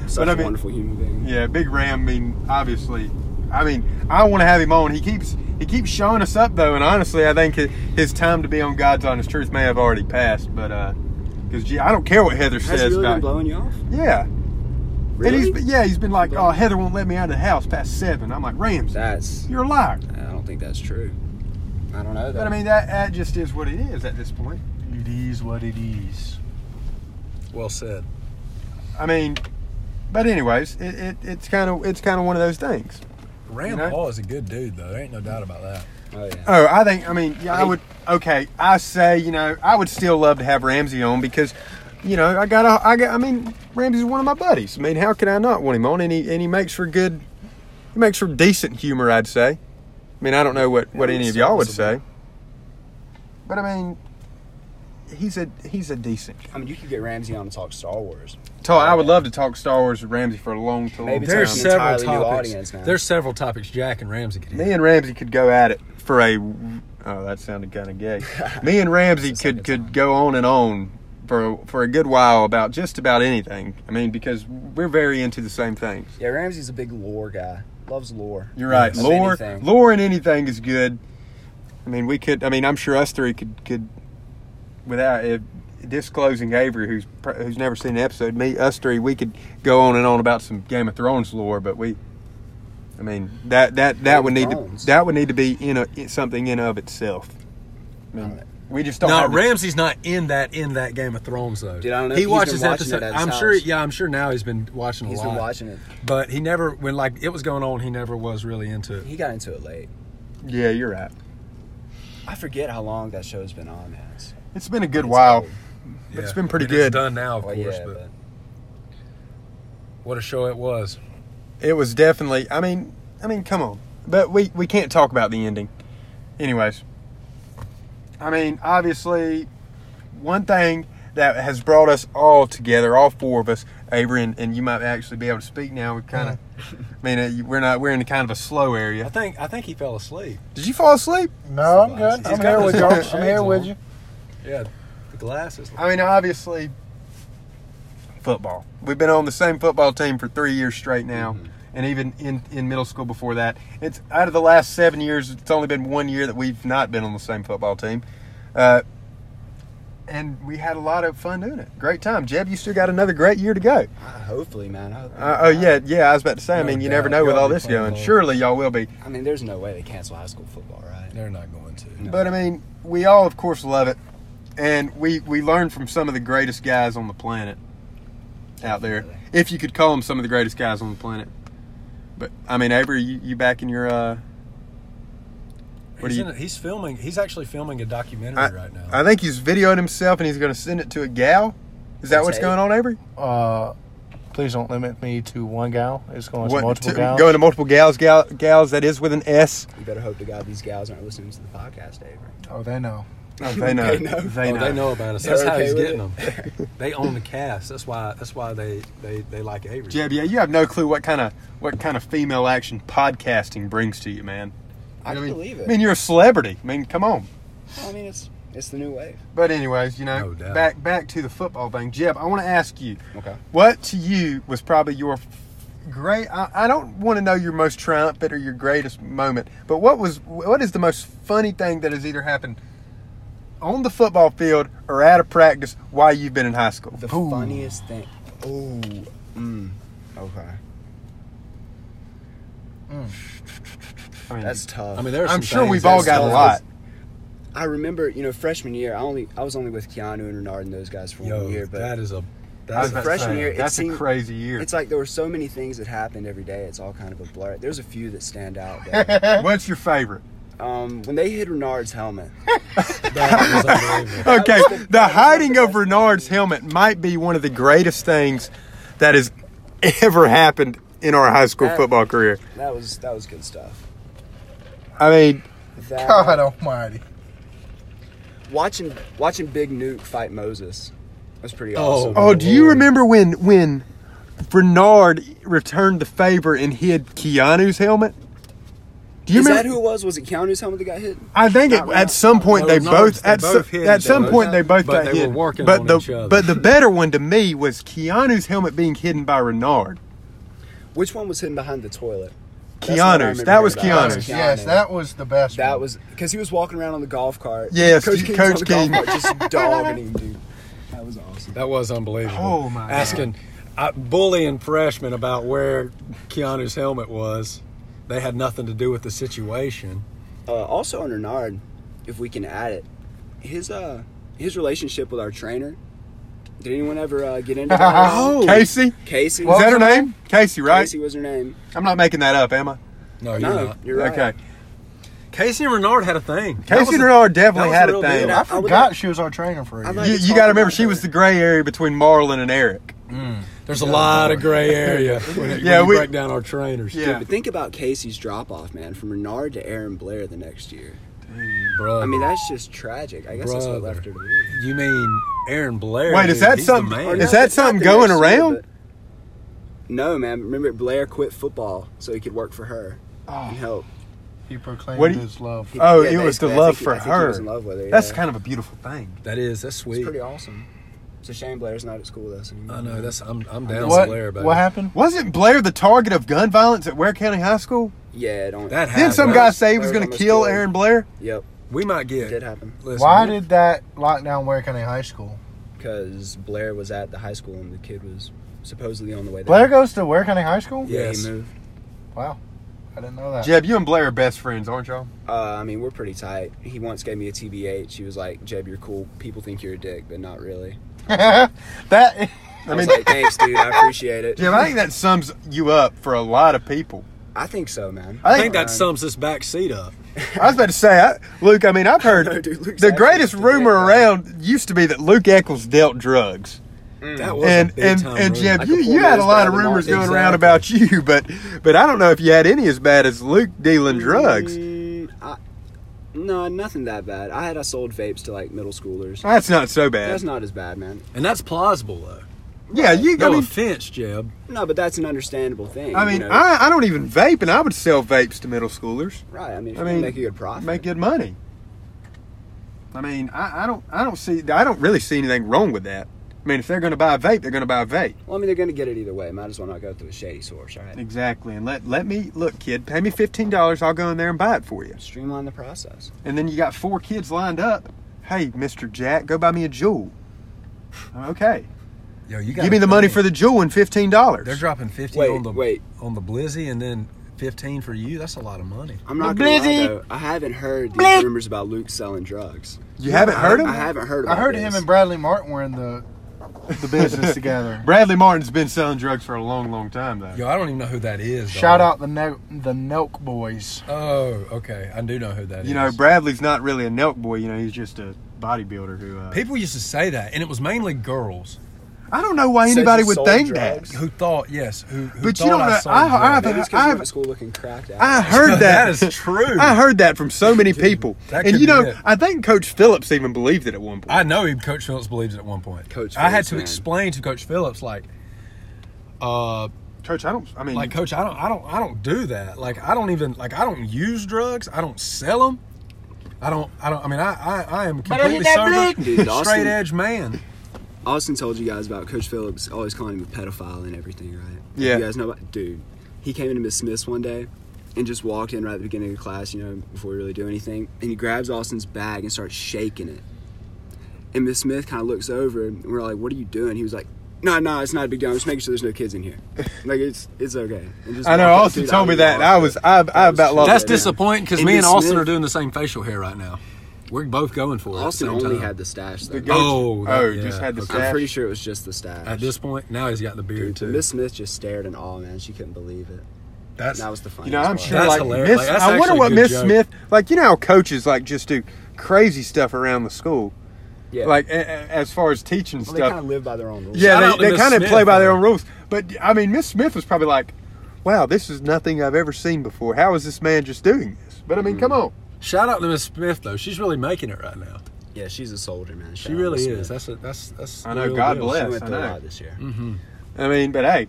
Speaker 6: such
Speaker 1: I
Speaker 6: a
Speaker 1: mean-
Speaker 6: wonderful human being.
Speaker 1: Yeah, Big Ram. I mean, obviously, I mean, I want to have him on. He keeps he keeps showing us up though, and honestly, I think hi- his time to be on God's honest truth may have already passed. But uh, because gee, I don't care what Heather
Speaker 6: Has
Speaker 1: says
Speaker 6: he really been
Speaker 1: about
Speaker 6: blowing you off?
Speaker 1: yeah. And he's been, yeah, he's been like,
Speaker 6: Blowing-
Speaker 1: oh, Heather won't let me out of the house past seven. I'm like, Rams,
Speaker 6: That's.
Speaker 1: you're a liar.
Speaker 6: I don't think that's true. I don't know. That.
Speaker 1: But I mean, that that just is what it is at this point.
Speaker 5: It is what it is.
Speaker 4: well said.
Speaker 1: I mean, but anyways, it, it it's kind of it's kind of one of those things.
Speaker 4: Rand
Speaker 1: You know?
Speaker 4: Paul is a good dude, though. There ain't no doubt about that.
Speaker 6: oh yeah.
Speaker 1: Oh, I think. I mean, yeah, I
Speaker 6: Right.
Speaker 1: would. Okay, I say, you know, I would still love to have Ramsey on because, you know, I got. I got. I mean, Ramsey's one of my buddies. I mean, how could I not want him on? And he and he makes for good. He makes for decent humor, I'd say. I mean, I don't know what what
Speaker 4: Yeah,
Speaker 1: any
Speaker 4: it's
Speaker 1: of y'all would say.
Speaker 4: serviceable.
Speaker 1: But I mean, he's a he's a decent.
Speaker 6: I mean, you could get Ramsey on to talk Star Wars.
Speaker 1: Talk, I would love to talk Star Wars with Ramsey for a long, long
Speaker 6: Maybe
Speaker 1: time.
Speaker 6: it's
Speaker 4: There's
Speaker 6: an
Speaker 4: several
Speaker 6: entirely new
Speaker 4: topics.
Speaker 6: audience, man.
Speaker 4: There's several topics Jack and Ramsey could
Speaker 1: Me
Speaker 4: hit.
Speaker 1: and Ramsey could go at it for a. Oh, that sounded kind of gay. Me and Ramsey
Speaker 6: It's the
Speaker 1: could
Speaker 6: second time.
Speaker 1: could go on and on for for a good while about just about anything. I mean, because we're very into the same things.
Speaker 6: Yeah, Ramsey's a big lore guy. Loves lore.
Speaker 1: You're right.
Speaker 6: Loves
Speaker 1: Lore,
Speaker 6: anything.
Speaker 1: lore, and anything is good. I mean, we could. I mean, I'm sure us three could could without uh disclosing Avery, who's pr- who's never seen an episode. Me, us three, we could go on and on about some Game of Thrones lore, but we. I mean that that that
Speaker 6: Game
Speaker 1: would
Speaker 6: of
Speaker 1: need
Speaker 6: Thrones.
Speaker 1: to that would need to be in a in something in of itself. I mean, we just don't.
Speaker 4: No,
Speaker 1: have the-
Speaker 4: Ramsey's not in that in that Game of Thrones though.
Speaker 6: Dude, I don't know
Speaker 4: He
Speaker 6: if he's
Speaker 4: watches
Speaker 6: been watching it
Speaker 4: episode-
Speaker 6: at his
Speaker 4: I'm sure.
Speaker 6: house.
Speaker 4: Yeah, I'm sure now he's been watching a
Speaker 6: He's
Speaker 4: lot.
Speaker 6: been watching it.
Speaker 4: but he never when like it was going on. He never was really into it.
Speaker 6: He got into it late.
Speaker 1: yeah, you're right.
Speaker 6: I forget how long that show's been on, man. It's-
Speaker 1: It's been a good
Speaker 6: It's
Speaker 1: while.
Speaker 6: old.
Speaker 1: But it's been pretty
Speaker 4: I mean, it's
Speaker 1: good.
Speaker 4: done now, of
Speaker 6: Well,
Speaker 4: course.
Speaker 6: yeah,
Speaker 4: but,
Speaker 6: but
Speaker 4: What a show it was.
Speaker 1: It was definitely. I mean, I mean, come on. But we we can't talk about the ending. Anyways, I mean, obviously, one thing that has brought us all together, all four of us, Avery, and, and you might actually be able to speak now. We kind of, I mean, uh, we're not we're in kind of a slow
Speaker 4: I
Speaker 1: area.
Speaker 4: think I think he fell asleep.
Speaker 1: Did you fall asleep?
Speaker 5: No, I'm good.
Speaker 4: He's
Speaker 5: I'm
Speaker 4: got
Speaker 5: here with
Speaker 4: the
Speaker 5: you.
Speaker 4: shades
Speaker 5: I'm here
Speaker 4: on.
Speaker 5: with you.
Speaker 4: Yeah, the glasses.
Speaker 1: I mean, obviously, football. We've been on the same football team for three years straight now, and even in, in middle school before that. It's out of the last seven years, it's only been one year that we've not been on the same football team. Uh, and we had a lot of fun doing it. Great time. Jeb, you still got another great year to go.
Speaker 6: Uh, hopefully, man. I hope
Speaker 1: Uh, oh, yeah, yeah, I was about to say, I mean, you never know with all this going. Surely y'all will be.
Speaker 6: I mean, there's no way they cancel high school football, right?
Speaker 4: They're not going to.
Speaker 1: But I mean, we all, of course, love it, and we we learn from some of the greatest guys on the planet out there. If you could call them some of the greatest guys on the planet. But I mean, Avery, you, you back in your uh, What
Speaker 4: he's,
Speaker 1: do you-
Speaker 4: in a- he's filming. He's actually filming a documentary
Speaker 1: I,
Speaker 4: right now.
Speaker 1: I think he's videoing himself, and he's going to send it to a gal. Is that
Speaker 6: That's
Speaker 1: what's
Speaker 6: it.
Speaker 1: going on, Avery?
Speaker 5: Uh, please don't limit me to one gal. It's going to
Speaker 1: What-
Speaker 5: multiple
Speaker 1: to-
Speaker 5: gals.
Speaker 1: going to multiple gals, gal, gals. That is with an S.
Speaker 6: You better hope to God these gals aren't listening to the podcast, Avery.
Speaker 5: oh, they know.
Speaker 1: No, they know.
Speaker 6: They know.
Speaker 1: They
Speaker 4: oh,
Speaker 1: know.
Speaker 4: they know about us.
Speaker 6: They're
Speaker 4: That's how
Speaker 6: okay
Speaker 4: he's
Speaker 6: with
Speaker 4: getting them. they own the cast. That's why. That's why they they, they like Avery.
Speaker 1: Jeb, yeah, you have no clue what kind of what kind of female action podcasting brings to you, man.
Speaker 6: I
Speaker 1: You know
Speaker 6: can
Speaker 1: what
Speaker 6: believe it.
Speaker 1: I mean, you're a celebrity. I mean, come on.
Speaker 6: I mean, it's it's the new wave.
Speaker 1: But anyways, you
Speaker 4: No
Speaker 1: know,
Speaker 4: doubt.
Speaker 1: back back to the football thing, Jeb. I want to ask you,
Speaker 6: Okay.
Speaker 1: what to you was probably your f- great? I, I don't want to know your most triumphant or your greatest moment, but what was what is the most funny thing that has either happened on the football field or out of practice while you've been in high school?
Speaker 6: The
Speaker 5: Ooh.
Speaker 6: funniest thing. Oh, mm, okay.
Speaker 1: I mean,
Speaker 6: That's tough.
Speaker 4: I mean, there are
Speaker 1: I'm
Speaker 4: some
Speaker 1: sure
Speaker 4: things
Speaker 1: we've all
Speaker 4: that's
Speaker 1: got a
Speaker 4: tough.
Speaker 1: lot.
Speaker 6: Mm. I remember, you know, freshman year, I only I was only with Keanu and Renard and those guys for
Speaker 4: Yo,
Speaker 6: one year, but
Speaker 4: that is a
Speaker 1: I was
Speaker 4: that's
Speaker 6: As
Speaker 4: a
Speaker 1: about to
Speaker 6: freshman
Speaker 1: say,
Speaker 6: year, it
Speaker 1: that's
Speaker 6: seemed-
Speaker 1: a crazy year.
Speaker 6: it's like there were so many things that happened every day. It's all kind of a blur. There's a few that stand out. Though.
Speaker 1: What's your favorite?
Speaker 6: um, when they hit Renard's helmet,
Speaker 4: that is unbelievable.
Speaker 1: Okay, the hiding of Renard's helmet might be one of the greatest things that has ever happened in our high school
Speaker 6: That-
Speaker 1: football career.
Speaker 6: that was that was good stuff.
Speaker 1: I mean,
Speaker 6: That,
Speaker 5: God Almighty.
Speaker 6: watching watching Big Nuke fight Moses was pretty
Speaker 4: Oh.
Speaker 6: awesome.
Speaker 1: oh, do you remember when when Renard returned the favor and hid Keanu's helmet? Do you
Speaker 6: Is
Speaker 1: remember?
Speaker 6: that who it was? Was it Keanu's helmet that got hit?
Speaker 1: I think it,
Speaker 6: Not
Speaker 1: at
Speaker 6: Renard.
Speaker 1: some point
Speaker 4: No,
Speaker 1: they
Speaker 4: no,
Speaker 1: both
Speaker 4: they
Speaker 1: at,
Speaker 4: both
Speaker 1: some,
Speaker 4: hit
Speaker 1: at
Speaker 4: each
Speaker 1: some
Speaker 4: other.
Speaker 1: point they both got
Speaker 4: But they were
Speaker 1: hit.
Speaker 4: working
Speaker 1: but
Speaker 4: on
Speaker 1: the
Speaker 4: each other.
Speaker 1: but the better one to me was Keanu's helmet being hidden by Renard.
Speaker 6: Which one was hidden behind the toilet? That's
Speaker 1: Keanu's.
Speaker 6: what I remember
Speaker 1: That was
Speaker 6: hearing about.
Speaker 1: Keanu's.
Speaker 6: Keanu.
Speaker 5: Yes, that was the best.
Speaker 6: That
Speaker 5: one.
Speaker 6: was because he was walking around on the golf cart.
Speaker 1: Yes,
Speaker 6: Coach
Speaker 1: you-
Speaker 6: King,
Speaker 1: Coach
Speaker 6: was on the golf
Speaker 1: King.
Speaker 6: cart, just dogging him, dude. That was awesome.
Speaker 4: That was unbelievable.
Speaker 1: Oh, my God.
Speaker 4: Asking, uh, I, bullying freshmen about where Keanu's helmet was. They had nothing to do with the situation.
Speaker 6: Uh, also on Renard, if we can add it, his uh his relationship with our trainer. Did anyone ever uh, get into that?
Speaker 1: Oh, Casey,
Speaker 6: Casey.
Speaker 1: is that her name? Casey, right?
Speaker 6: Casey was her name.
Speaker 1: I'm not making that up, am I?
Speaker 4: No, you're
Speaker 6: no,
Speaker 4: not.
Speaker 6: you're right.
Speaker 1: Okay.
Speaker 4: Casey and Renard had a thing. That
Speaker 1: Casey
Speaker 4: was a-
Speaker 1: Renard
Speaker 4: that
Speaker 1: definitely
Speaker 4: was
Speaker 1: had a
Speaker 4: real
Speaker 1: thing.
Speaker 4: deal.
Speaker 5: I
Speaker 6: I would
Speaker 5: forgot
Speaker 6: like-
Speaker 5: she was our trainer for a
Speaker 6: I'd
Speaker 5: year.
Speaker 6: like-
Speaker 1: You,
Speaker 6: It's
Speaker 1: you
Speaker 6: all
Speaker 1: got to remember,
Speaker 6: about
Speaker 1: she was
Speaker 6: her.
Speaker 1: the gray area between Marlon and Eric.
Speaker 4: There's a lot of gray area when, it- when
Speaker 1: Yeah,
Speaker 4: you
Speaker 1: we-
Speaker 4: break down our trainers.
Speaker 1: Yeah.
Speaker 6: But think about Casey's drop off, man, from Renard to Aaron Blair the next year.
Speaker 4: Brother.
Speaker 6: I mean, that's just tragic. I guess that's
Speaker 4: Brother.
Speaker 6: what left her to be.
Speaker 4: You mean Aaron Blair?
Speaker 1: Wait, is
Speaker 4: dude,
Speaker 1: that
Speaker 4: he's the
Speaker 1: something-
Speaker 6: Or
Speaker 4: man.
Speaker 1: Is
Speaker 6: not-
Speaker 1: that
Speaker 6: not
Speaker 1: something
Speaker 6: the
Speaker 1: going
Speaker 6: next
Speaker 1: around?
Speaker 6: but- No, man. Remember, Blair quit football so he could work for her and help.
Speaker 5: He proclaimed
Speaker 1: What do you-
Speaker 5: his love.
Speaker 6: He-
Speaker 1: Oh,
Speaker 6: yeah,
Speaker 1: it was the
Speaker 6: basically, I
Speaker 1: love
Speaker 6: think he-
Speaker 1: for
Speaker 6: I think he
Speaker 1: her.
Speaker 6: was in love with her,
Speaker 1: That's
Speaker 6: yeah.
Speaker 1: kind of a beautiful thing.
Speaker 4: That is. That's
Speaker 6: It's
Speaker 4: sweet.
Speaker 6: pretty awesome. It's a shame Blair's not at school with us anymore.
Speaker 4: I know. That's. I'm. I'm down with
Speaker 5: What,
Speaker 4: Blair, baby.
Speaker 5: what happened?
Speaker 1: Wasn't Blair the target of gun violence at Ware County High School?
Speaker 6: Yeah, don't.
Speaker 4: That
Speaker 1: Didn't
Speaker 4: happened.
Speaker 1: some guy say he was
Speaker 6: Blair
Speaker 1: going to
Speaker 6: almost
Speaker 1: kill
Speaker 6: killed.
Speaker 1: Aaron Blair?
Speaker 6: Yep,
Speaker 4: We might
Speaker 6: it
Speaker 4: get.
Speaker 6: did happen
Speaker 4: listen,
Speaker 5: Why did that lockdown work in a high school?
Speaker 6: because Blair was at the high school and the kid was supposedly on the way. There.
Speaker 5: Blair goes to Ware County High School?
Speaker 6: Yeah,
Speaker 4: Yes.
Speaker 6: he moved.
Speaker 5: Wow. I didn't know that.
Speaker 1: Jeb, you and Blair are best friends, aren't y'all?
Speaker 6: Uh, I mean, we're pretty tight. He once gave me a TBH. He was like, "Jeb, you're cool. People think you're a dick, but not really."
Speaker 5: that
Speaker 6: I, was like, "Thanks, dude. I appreciate it."
Speaker 1: Jeb, I think that sums you up for a lot of people.
Speaker 6: I think so, man.
Speaker 1: I
Speaker 4: I think
Speaker 1: think,
Speaker 4: that sums this back seat up.
Speaker 1: I was about to say, I, Luke. I mean, I've heard
Speaker 6: No, dude, Luke's
Speaker 1: the
Speaker 6: actually
Speaker 1: greatest
Speaker 6: just a dick,
Speaker 1: rumor
Speaker 6: though.
Speaker 1: around used to be that Luke Eccles dealt drugs.
Speaker 4: That was
Speaker 1: and
Speaker 4: a big
Speaker 1: and
Speaker 4: time
Speaker 1: and
Speaker 4: rumor.
Speaker 1: Jeff,
Speaker 6: Like a
Speaker 1: you,
Speaker 6: four
Speaker 1: you had a
Speaker 6: years
Speaker 1: lot
Speaker 6: down
Speaker 1: of
Speaker 6: the line.
Speaker 1: rumors going around about you, but but I don't know if you had any as bad as Luke dealing drugs.
Speaker 6: Mm, I, no, nothing that bad. I had I sold vapes to like middle schoolers.
Speaker 1: That's not so bad.
Speaker 6: That's not as bad, man.
Speaker 4: and that's plausible though.
Speaker 1: yeah, you.
Speaker 4: No
Speaker 1: I mean,
Speaker 4: offense, Jeb.
Speaker 6: No, but that's an understandable thing.
Speaker 1: I
Speaker 6: you
Speaker 1: mean,
Speaker 6: know?
Speaker 1: I, I don't even vape, and I would sell vapes to middle schoolers.
Speaker 6: right? I mean, if
Speaker 1: I
Speaker 6: you
Speaker 1: mean,
Speaker 6: make a good profit.
Speaker 1: make good money. I mean, I, I don't, I don't see, I don't really see anything wrong with that. I mean, if they're going to buy a vape, they're going to buy a vape.
Speaker 6: well, I mean, they're gonna get it either way. Might as well not go through a shady source, right?
Speaker 1: Exactly. And let let me look, kid. Pay me fifteen dollars. I'll go in there and buy it for you.
Speaker 6: Streamline the process.
Speaker 1: And then you got four kids lined up. Hey, Mister Jack, go buy me a jewel. Okay.
Speaker 4: Yo, you
Speaker 1: Give me the money for the jewel and fifteen dollars.
Speaker 4: They're dropping fifty
Speaker 6: Wait,
Speaker 4: on the
Speaker 6: wait.
Speaker 4: on the Blizzy, and then fifteen for you. That's a lot of money.
Speaker 6: I'm not gonna lie though. I haven't heard these rumors about Luke selling drugs.
Speaker 1: You haven't heard him?
Speaker 6: I haven't heard.
Speaker 5: I
Speaker 6: About
Speaker 5: heard
Speaker 6: this.
Speaker 5: him and Bradley Martin were in the the business together.
Speaker 1: Bradley Martin's been selling drugs for a long, long time though.
Speaker 4: Yo, I don't even know who that is. dog.
Speaker 5: Shout out the no- the Nelk boys.
Speaker 4: Oh, okay. I do know who that is.
Speaker 1: You know, Bradley's not really a milk boy. You know, he's just a bodybuilder who. Uh,
Speaker 4: people used to say that, and it was mainly girls
Speaker 1: I don't know why
Speaker 6: Says
Speaker 1: anybody
Speaker 6: he
Speaker 1: would
Speaker 6: sold
Speaker 1: think
Speaker 6: drugs.
Speaker 1: that.
Speaker 4: who thought, yes, who. who
Speaker 1: But you
Speaker 4: thought
Speaker 1: don't
Speaker 4: I
Speaker 1: know-
Speaker 4: sold
Speaker 1: I- I-
Speaker 4: drugs.
Speaker 6: Maybe it's 'cause
Speaker 1: I've-
Speaker 6: you went to school looking cracked out.
Speaker 1: I heard that.
Speaker 4: that is true.
Speaker 1: I heard that from so many people. and
Speaker 4: That could
Speaker 1: you
Speaker 4: be
Speaker 1: know,
Speaker 4: it.
Speaker 1: I think Coach Phillips even believed it at one point.
Speaker 4: I know even Coach Phillips believes it at one point.
Speaker 6: Coach
Speaker 4: I had
Speaker 6: Phillips,
Speaker 4: to
Speaker 6: man.
Speaker 4: explain to Coach Phillips like, uh,
Speaker 1: Coach, I don't. I mean,
Speaker 4: like Coach, I don't, I don't, I don't do that. Like I don't even like I don't use drugs. I don't sell them. I don't. I don't. I mean, I, I, I am completely sober,
Speaker 6: Dude,
Speaker 4: straight
Speaker 6: Austin-
Speaker 4: edge man.
Speaker 6: Austin told you guys about Coach Phillips always calling him a pedophile and everything, right?
Speaker 1: Yeah.
Speaker 6: You guys know about dude. He came into Miss Smith's one day and just walked in right at the beginning of class, you know, before we really do anything, and he grabs Austin's bag and starts shaking it. And Miss Smith kind of looks over and we're like, "What are you doing?" He was like, "No, no, it's not a big deal. I'm just making sure there's no kids in here. Like it's it's okay." And just
Speaker 1: I know
Speaker 6: walked up,
Speaker 1: Austin
Speaker 6: dude,
Speaker 1: told me
Speaker 6: was
Speaker 1: that. and I
Speaker 6: lost
Speaker 1: was.
Speaker 6: it.
Speaker 1: I, I
Speaker 6: That was
Speaker 1: about lost.
Speaker 4: That's
Speaker 1: it.
Speaker 6: Yeah.
Speaker 4: disappointing because
Speaker 6: And
Speaker 4: me and
Speaker 6: Miss
Speaker 4: Austin
Speaker 6: Smith-
Speaker 4: are doing the same facial hair right now. We're both going for it.
Speaker 6: Austin
Speaker 4: at the same
Speaker 6: only
Speaker 4: time.
Speaker 6: had the stash though.
Speaker 1: The goat-
Speaker 4: Oh, that-
Speaker 1: oh,
Speaker 4: yeah.
Speaker 1: just had the
Speaker 4: Okay.
Speaker 6: I'm
Speaker 1: stash.
Speaker 6: pretty sure it was just the stash.
Speaker 4: At this point, now he's got the beard
Speaker 6: Dude,
Speaker 4: too.
Speaker 6: Miss Smith just stared in awe, man. She couldn't believe it.
Speaker 4: That's
Speaker 6: That was the
Speaker 1: You
Speaker 6: funniest.
Speaker 1: know, I'm
Speaker 6: part.
Speaker 1: sure.
Speaker 4: That's
Speaker 1: like
Speaker 4: hilarious.
Speaker 1: Miss,
Speaker 4: Like, that's
Speaker 1: I
Speaker 4: actually
Speaker 1: wonder
Speaker 4: a
Speaker 1: what
Speaker 4: good
Speaker 1: Miss
Speaker 4: joke.
Speaker 1: Smith. Like you know how coaches like just do crazy stuff around the school.
Speaker 6: Yeah.
Speaker 1: Like a, a- as far as teaching
Speaker 6: Well, they
Speaker 1: stuff.
Speaker 6: kind of live by their own rules.
Speaker 4: Shout
Speaker 1: yeah,
Speaker 4: out to
Speaker 1: they, they
Speaker 4: Miss
Speaker 1: kind of
Speaker 4: Smith,
Speaker 1: play by their
Speaker 4: though.
Speaker 1: own rules. But I mean, Miss Smith was probably like, "Wow, this is nothing I've ever seen before. How is this man just doing this?" But I mean, come
Speaker 4: Mm-hmm.
Speaker 1: on.
Speaker 4: Shout out to Miss Smith though. She's really making it right now.
Speaker 6: Yeah, she's a soldier, man.
Speaker 4: She really is. That's a, that's that's.
Speaker 1: I
Speaker 4: the
Speaker 1: know,
Speaker 4: real
Speaker 1: God
Speaker 4: deal.
Speaker 1: bless.
Speaker 6: she
Speaker 1: Yes,
Speaker 6: went
Speaker 1: I
Speaker 6: through a
Speaker 1: know.
Speaker 6: lot this year.
Speaker 1: I mean, but hey,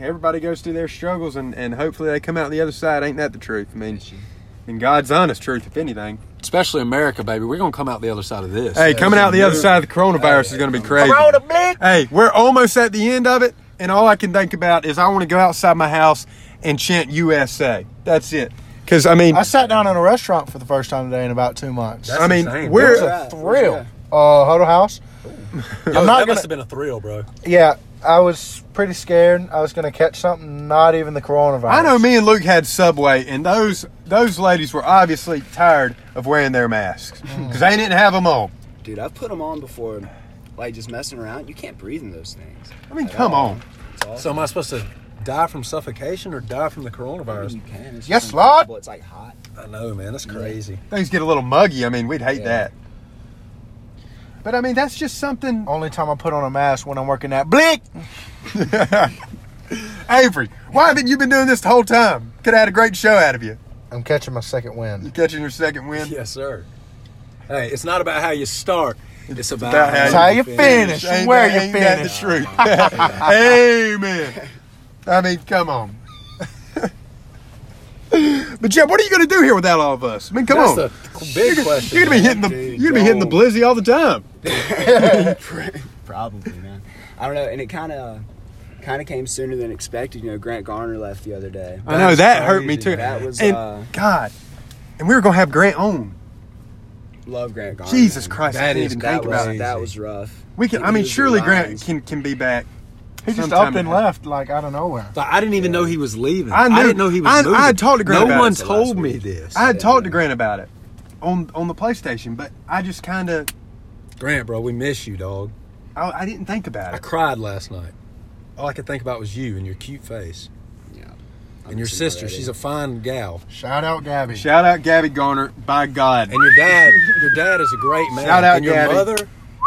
Speaker 1: everybody goes through their struggles, and, and hopefully they come out the other side. Ain't that the truth? I mean, in God's honest truth, if anything.
Speaker 4: Especially America, baby. We're gonna come out the other side of this.
Speaker 1: Hey, coming out the other side of the coronavirus is going to be crazy. Hey, we're almost at the end of it, and all I can think about is I want to go outside my house and chant USA. That's it. Because I mean,
Speaker 5: I sat down in a restaurant for the first time today in about two months.
Speaker 4: That's
Speaker 1: I mean,
Speaker 4: insane.
Speaker 1: we're
Speaker 5: It was a thrill. Uh, Huddle House.
Speaker 4: Yo,
Speaker 5: I'm not
Speaker 4: that
Speaker 5: gonna-
Speaker 4: must have been a thrill, bro.
Speaker 5: Yeah, I was pretty scared. I was going to catch something, not even the coronavirus.
Speaker 1: I know me and Luke had Subway, and those those ladies were obviously tired of wearing their masks because they didn't have them on.
Speaker 6: Dude, I've put them on before, like just messing around. You can't breathe in those things.
Speaker 1: I mean,
Speaker 6: At
Speaker 1: come
Speaker 6: all.
Speaker 1: on.
Speaker 6: It's awful.
Speaker 4: So am I supposed to die from suffocation or die from the
Speaker 6: I mean,
Speaker 4: coronavirus?
Speaker 6: you can. It's
Speaker 5: Yes,
Speaker 6: just
Speaker 5: Lord.
Speaker 6: uncomfortable. It's like hot.
Speaker 4: I know, man. That's crazy.
Speaker 1: Things get a little muggy. I mean, we'd hate
Speaker 6: Yeah.
Speaker 1: that. But I mean, that's just something.
Speaker 5: Only time I put on a mask when I'm working at Blick.
Speaker 1: Avery, why haven't you been doing this the whole time? Could have had a great show out of you.
Speaker 5: I'm catching my second
Speaker 1: You
Speaker 5: wind.
Speaker 1: catching your second win?
Speaker 4: Yes, sir. Hey, it's not about how you start. It's about,
Speaker 1: about how
Speaker 5: That's how you finish
Speaker 1: Ain't
Speaker 5: and where
Speaker 1: that-
Speaker 5: you
Speaker 1: ain't that
Speaker 5: finish.
Speaker 1: the truth? Amen. I mean, come on. but Jeff, what are you going to do here without all of us? I mean, come
Speaker 4: That's
Speaker 1: on.
Speaker 4: the big question.
Speaker 1: you're going to be hitting the
Speaker 6: Dude,
Speaker 1: you're going to be hitting the
Speaker 6: don't.
Speaker 1: blizzy all the time.
Speaker 6: Probably, man. I don't know. And it kind of, kind of came sooner than expected. You know, Grant Garner left the other day.
Speaker 1: I know that hurt me
Speaker 4: crazy,
Speaker 1: too.
Speaker 4: man.
Speaker 6: That was,
Speaker 1: and
Speaker 6: uh,
Speaker 1: God, and we were going to have Grant on.
Speaker 6: Love Grant Garner.
Speaker 1: Jesus
Speaker 6: man.
Speaker 1: Christ, I
Speaker 4: That
Speaker 1: can't
Speaker 4: is
Speaker 1: even
Speaker 6: That
Speaker 1: think
Speaker 6: was
Speaker 1: about it.
Speaker 4: crazy.
Speaker 6: that was rough.
Speaker 1: We can.
Speaker 6: He
Speaker 1: I mean,
Speaker 6: was the
Speaker 1: surely Grant
Speaker 6: lines.
Speaker 1: can can be back.
Speaker 5: He just
Speaker 1: sometime
Speaker 5: up and
Speaker 1: in-
Speaker 5: left like out of nowhere.
Speaker 4: Like, I didn't even know he was leaving.
Speaker 1: I
Speaker 4: I,
Speaker 1: knew-
Speaker 4: didn't know he was
Speaker 1: I- I
Speaker 4: moving.
Speaker 1: had talked to Grant
Speaker 4: No
Speaker 1: about
Speaker 4: one
Speaker 1: it
Speaker 6: the last
Speaker 4: told me
Speaker 6: week.
Speaker 4: this.
Speaker 1: I had
Speaker 6: Yeah,
Speaker 1: talked to
Speaker 6: yeah.
Speaker 1: Grant about it on on the PlayStation, but I just kind of
Speaker 4: Grant, bro, we miss you, dog.
Speaker 1: I, I didn't think about
Speaker 4: I
Speaker 1: it.
Speaker 4: cried last night. All I could think about was you and your cute face
Speaker 6: Yeah. I
Speaker 4: and your
Speaker 6: miss him
Speaker 4: sister.
Speaker 6: already.
Speaker 4: She's a fine gal.
Speaker 5: Shout out Gabby.
Speaker 1: Shout out Gabby Garner, by God.
Speaker 4: And your dad, your dad is a great man.
Speaker 1: Shout out,
Speaker 4: and your
Speaker 1: Gabby.
Speaker 4: mother,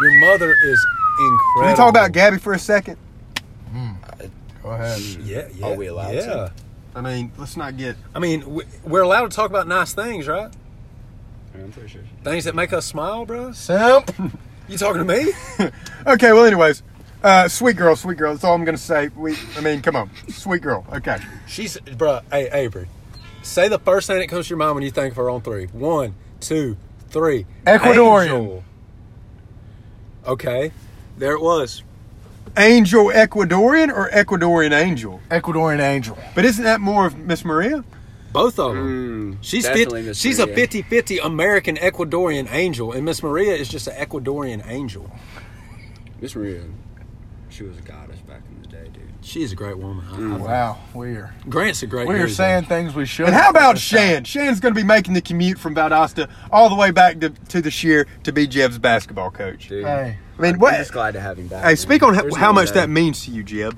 Speaker 4: your mother is incredible.
Speaker 1: Can we talk about Gabby for a second?
Speaker 5: Go ahead.
Speaker 4: Yeah, yeah.
Speaker 6: Are we allowed
Speaker 4: yeah.
Speaker 6: to?
Speaker 1: I mean, let's not get.
Speaker 4: I mean, we- we're allowed to talk about nice things, right?
Speaker 6: I'm pretty sure.
Speaker 4: Things that make us smile, bros.
Speaker 5: Simp.
Speaker 4: You talking to me?
Speaker 1: Okay, well, anyways, uh, sweet girl, sweet girl. That's all I'm gonna say. We, I mean, come on, sweet girl. Okay,
Speaker 4: She's, bruh, hey, Avery, say the first thing that comes to your mind when you think of her on three. One, two, three.
Speaker 1: Ecuadorian.
Speaker 4: Angel. Okay, there it was.
Speaker 1: angel Ecuadorian or Ecuadorian angel?
Speaker 5: Ecuadorian angel.
Speaker 1: But isn't that more of Miss Maria?
Speaker 4: Both of them. she's
Speaker 6: Hmm, definitely
Speaker 4: 50,
Speaker 6: Miss
Speaker 4: she's a
Speaker 6: Maria.
Speaker 4: 50 50 American Ecuadorian angel, and Miss Maria is just an Ecuadorian angel.
Speaker 6: Miss Maria, she was a goddess back in the day, dude.
Speaker 4: She's a great woman. I-
Speaker 6: Hmm.
Speaker 4: I-
Speaker 5: Wow, we're
Speaker 4: Grant's a great
Speaker 5: we're
Speaker 4: dude,
Speaker 5: saying things we should.
Speaker 1: And how about Shan? Shan's going to be making the commute from Valdosta all the way back to, to the Shear to be Jeb's basketball coach.
Speaker 6: Dude,
Speaker 5: Hey,
Speaker 1: I mean,
Speaker 6: I'm just
Speaker 1: what?
Speaker 6: glad to have him back.
Speaker 1: Hey,
Speaker 6: man.
Speaker 1: speak on
Speaker 6: There's
Speaker 1: how, how
Speaker 6: no
Speaker 1: much
Speaker 6: way.
Speaker 1: that means to you, Jeb.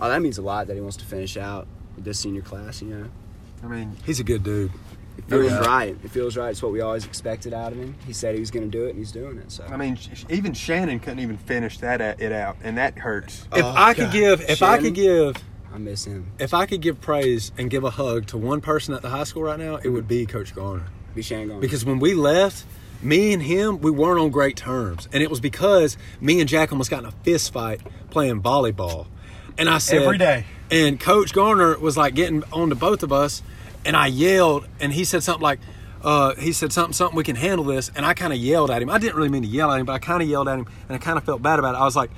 Speaker 6: Oh, that means a lot that he wants to finish out with this senior class. You know,
Speaker 1: I mean,
Speaker 4: He's a good dude.
Speaker 6: it
Speaker 1: Oh,
Speaker 6: feels
Speaker 4: yeah.
Speaker 6: right. It feels right. It's what we always expected out of him. He said he was going to do it, and he's doing it. So
Speaker 1: I mean, sh- even Shannon couldn't even finish that uh, it out, and that hurts.
Speaker 4: If
Speaker 6: Oh,
Speaker 4: I could
Speaker 6: God.
Speaker 4: give, if I could
Speaker 6: Shannon.
Speaker 4: give,
Speaker 6: I miss him.
Speaker 4: if I could give praise and give a hug to one person at the high school right now, it would be Coach Garner.
Speaker 6: Be Shangon.
Speaker 4: Because when we left, me and him, we weren't on great terms, and it was because me and Jack almost got in a fist fight playing volleyball. And I said
Speaker 5: Every day.
Speaker 4: And Coach Garner was like getting on to both of us, and I yelled, and he said something like. Uh, he said something, something we can handle this, and I kind of yelled at him. I didn't really mean to yell at him, but I kind of yelled at him, and I kind of felt bad about it. I was like,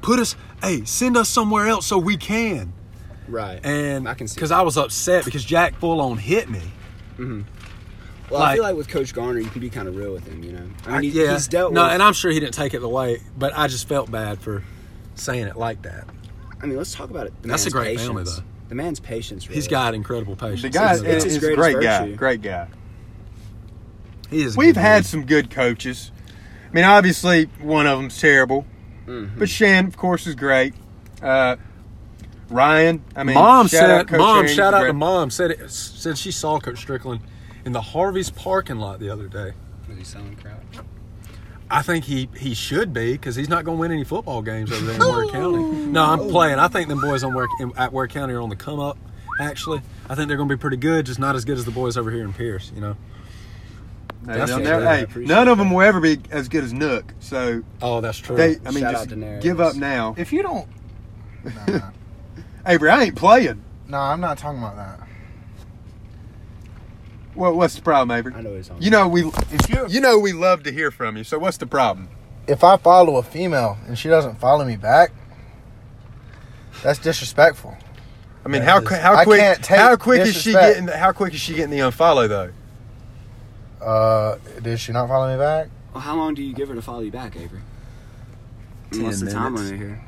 Speaker 4: "Put us, hey, send us somewhere else so we can."
Speaker 6: right,
Speaker 4: and
Speaker 6: I can see.
Speaker 4: because I was upset because Jack full on hit me.
Speaker 6: Well, I
Speaker 4: Like-
Speaker 6: feel like with Coach Garner, you can be kind of real with him, you know. I
Speaker 4: I-
Speaker 6: mean, he, he's dealt
Speaker 4: no,
Speaker 6: with.
Speaker 4: and I'm sure he didn't take it the way, but I just felt bad for saying it like that.
Speaker 6: I mean, let's talk about it. The
Speaker 4: That's a
Speaker 6: man's
Speaker 4: great
Speaker 6: patience.
Speaker 4: family, though.
Speaker 6: The man's patience. Really.
Speaker 4: He's got incredible patience.
Speaker 1: The guy
Speaker 4: He's a-
Speaker 1: is, is
Speaker 6: his
Speaker 1: a
Speaker 6: greatest
Speaker 1: great guy.
Speaker 6: virtue.
Speaker 1: Great guy.
Speaker 4: he is a
Speaker 1: We've
Speaker 4: good
Speaker 1: had
Speaker 4: dude.
Speaker 1: some good coaches. I mean, obviously, one of them's terrible,
Speaker 6: Mm-hmm.
Speaker 1: but Shan, of course, is great. Uh, Ryan, I mean,
Speaker 4: mom
Speaker 1: shout
Speaker 4: said,
Speaker 1: out Coach
Speaker 4: mom,
Speaker 1: Aaron,
Speaker 4: shout out to
Speaker 1: great-
Speaker 4: mom said it, said she saw Coach Strickland in the Harvey's parking lot the other day.
Speaker 6: Was he selling crowd?
Speaker 4: I think he he should be because he's not going to win any football games over there in Ware County. No, I'm playing. I think them boys on Ware, in- at Ware County are on the come up. Actually, I think they're going to be pretty good, just not as good as the boys over here in Pierce. You know.
Speaker 1: No,
Speaker 4: That's
Speaker 1: they'll
Speaker 4: good.
Speaker 1: never-
Speaker 4: I
Speaker 1: hey,
Speaker 6: appreciate
Speaker 1: none of them will ever be as good as Nook. So
Speaker 4: Oh, that's true.
Speaker 1: they, I mean,
Speaker 6: Mm. Shout out
Speaker 1: just
Speaker 6: to Daenerys.
Speaker 1: give up now.
Speaker 5: if you don't, Nah, nah.
Speaker 1: Avery, I ain't playing.
Speaker 5: no, I'm not talking about that.
Speaker 1: What, what's the problem, Avery?
Speaker 6: I know he's on.
Speaker 1: You know we,
Speaker 5: If you,
Speaker 1: you know we love to hear from you. So what's the problem?
Speaker 5: if I follow a female and she doesn't follow me back, that's disrespectful.
Speaker 1: I mean,
Speaker 4: That
Speaker 1: how
Speaker 4: is-
Speaker 1: qu- how
Speaker 5: I
Speaker 1: quick
Speaker 5: can't take
Speaker 1: how quick is she
Speaker 5: disrespect.
Speaker 1: getting how quick is she getting the unfollow though?
Speaker 5: Uh, did she not follow me back?
Speaker 6: Well, how long do you give her to follow you back, Avery? And What's the time limit here?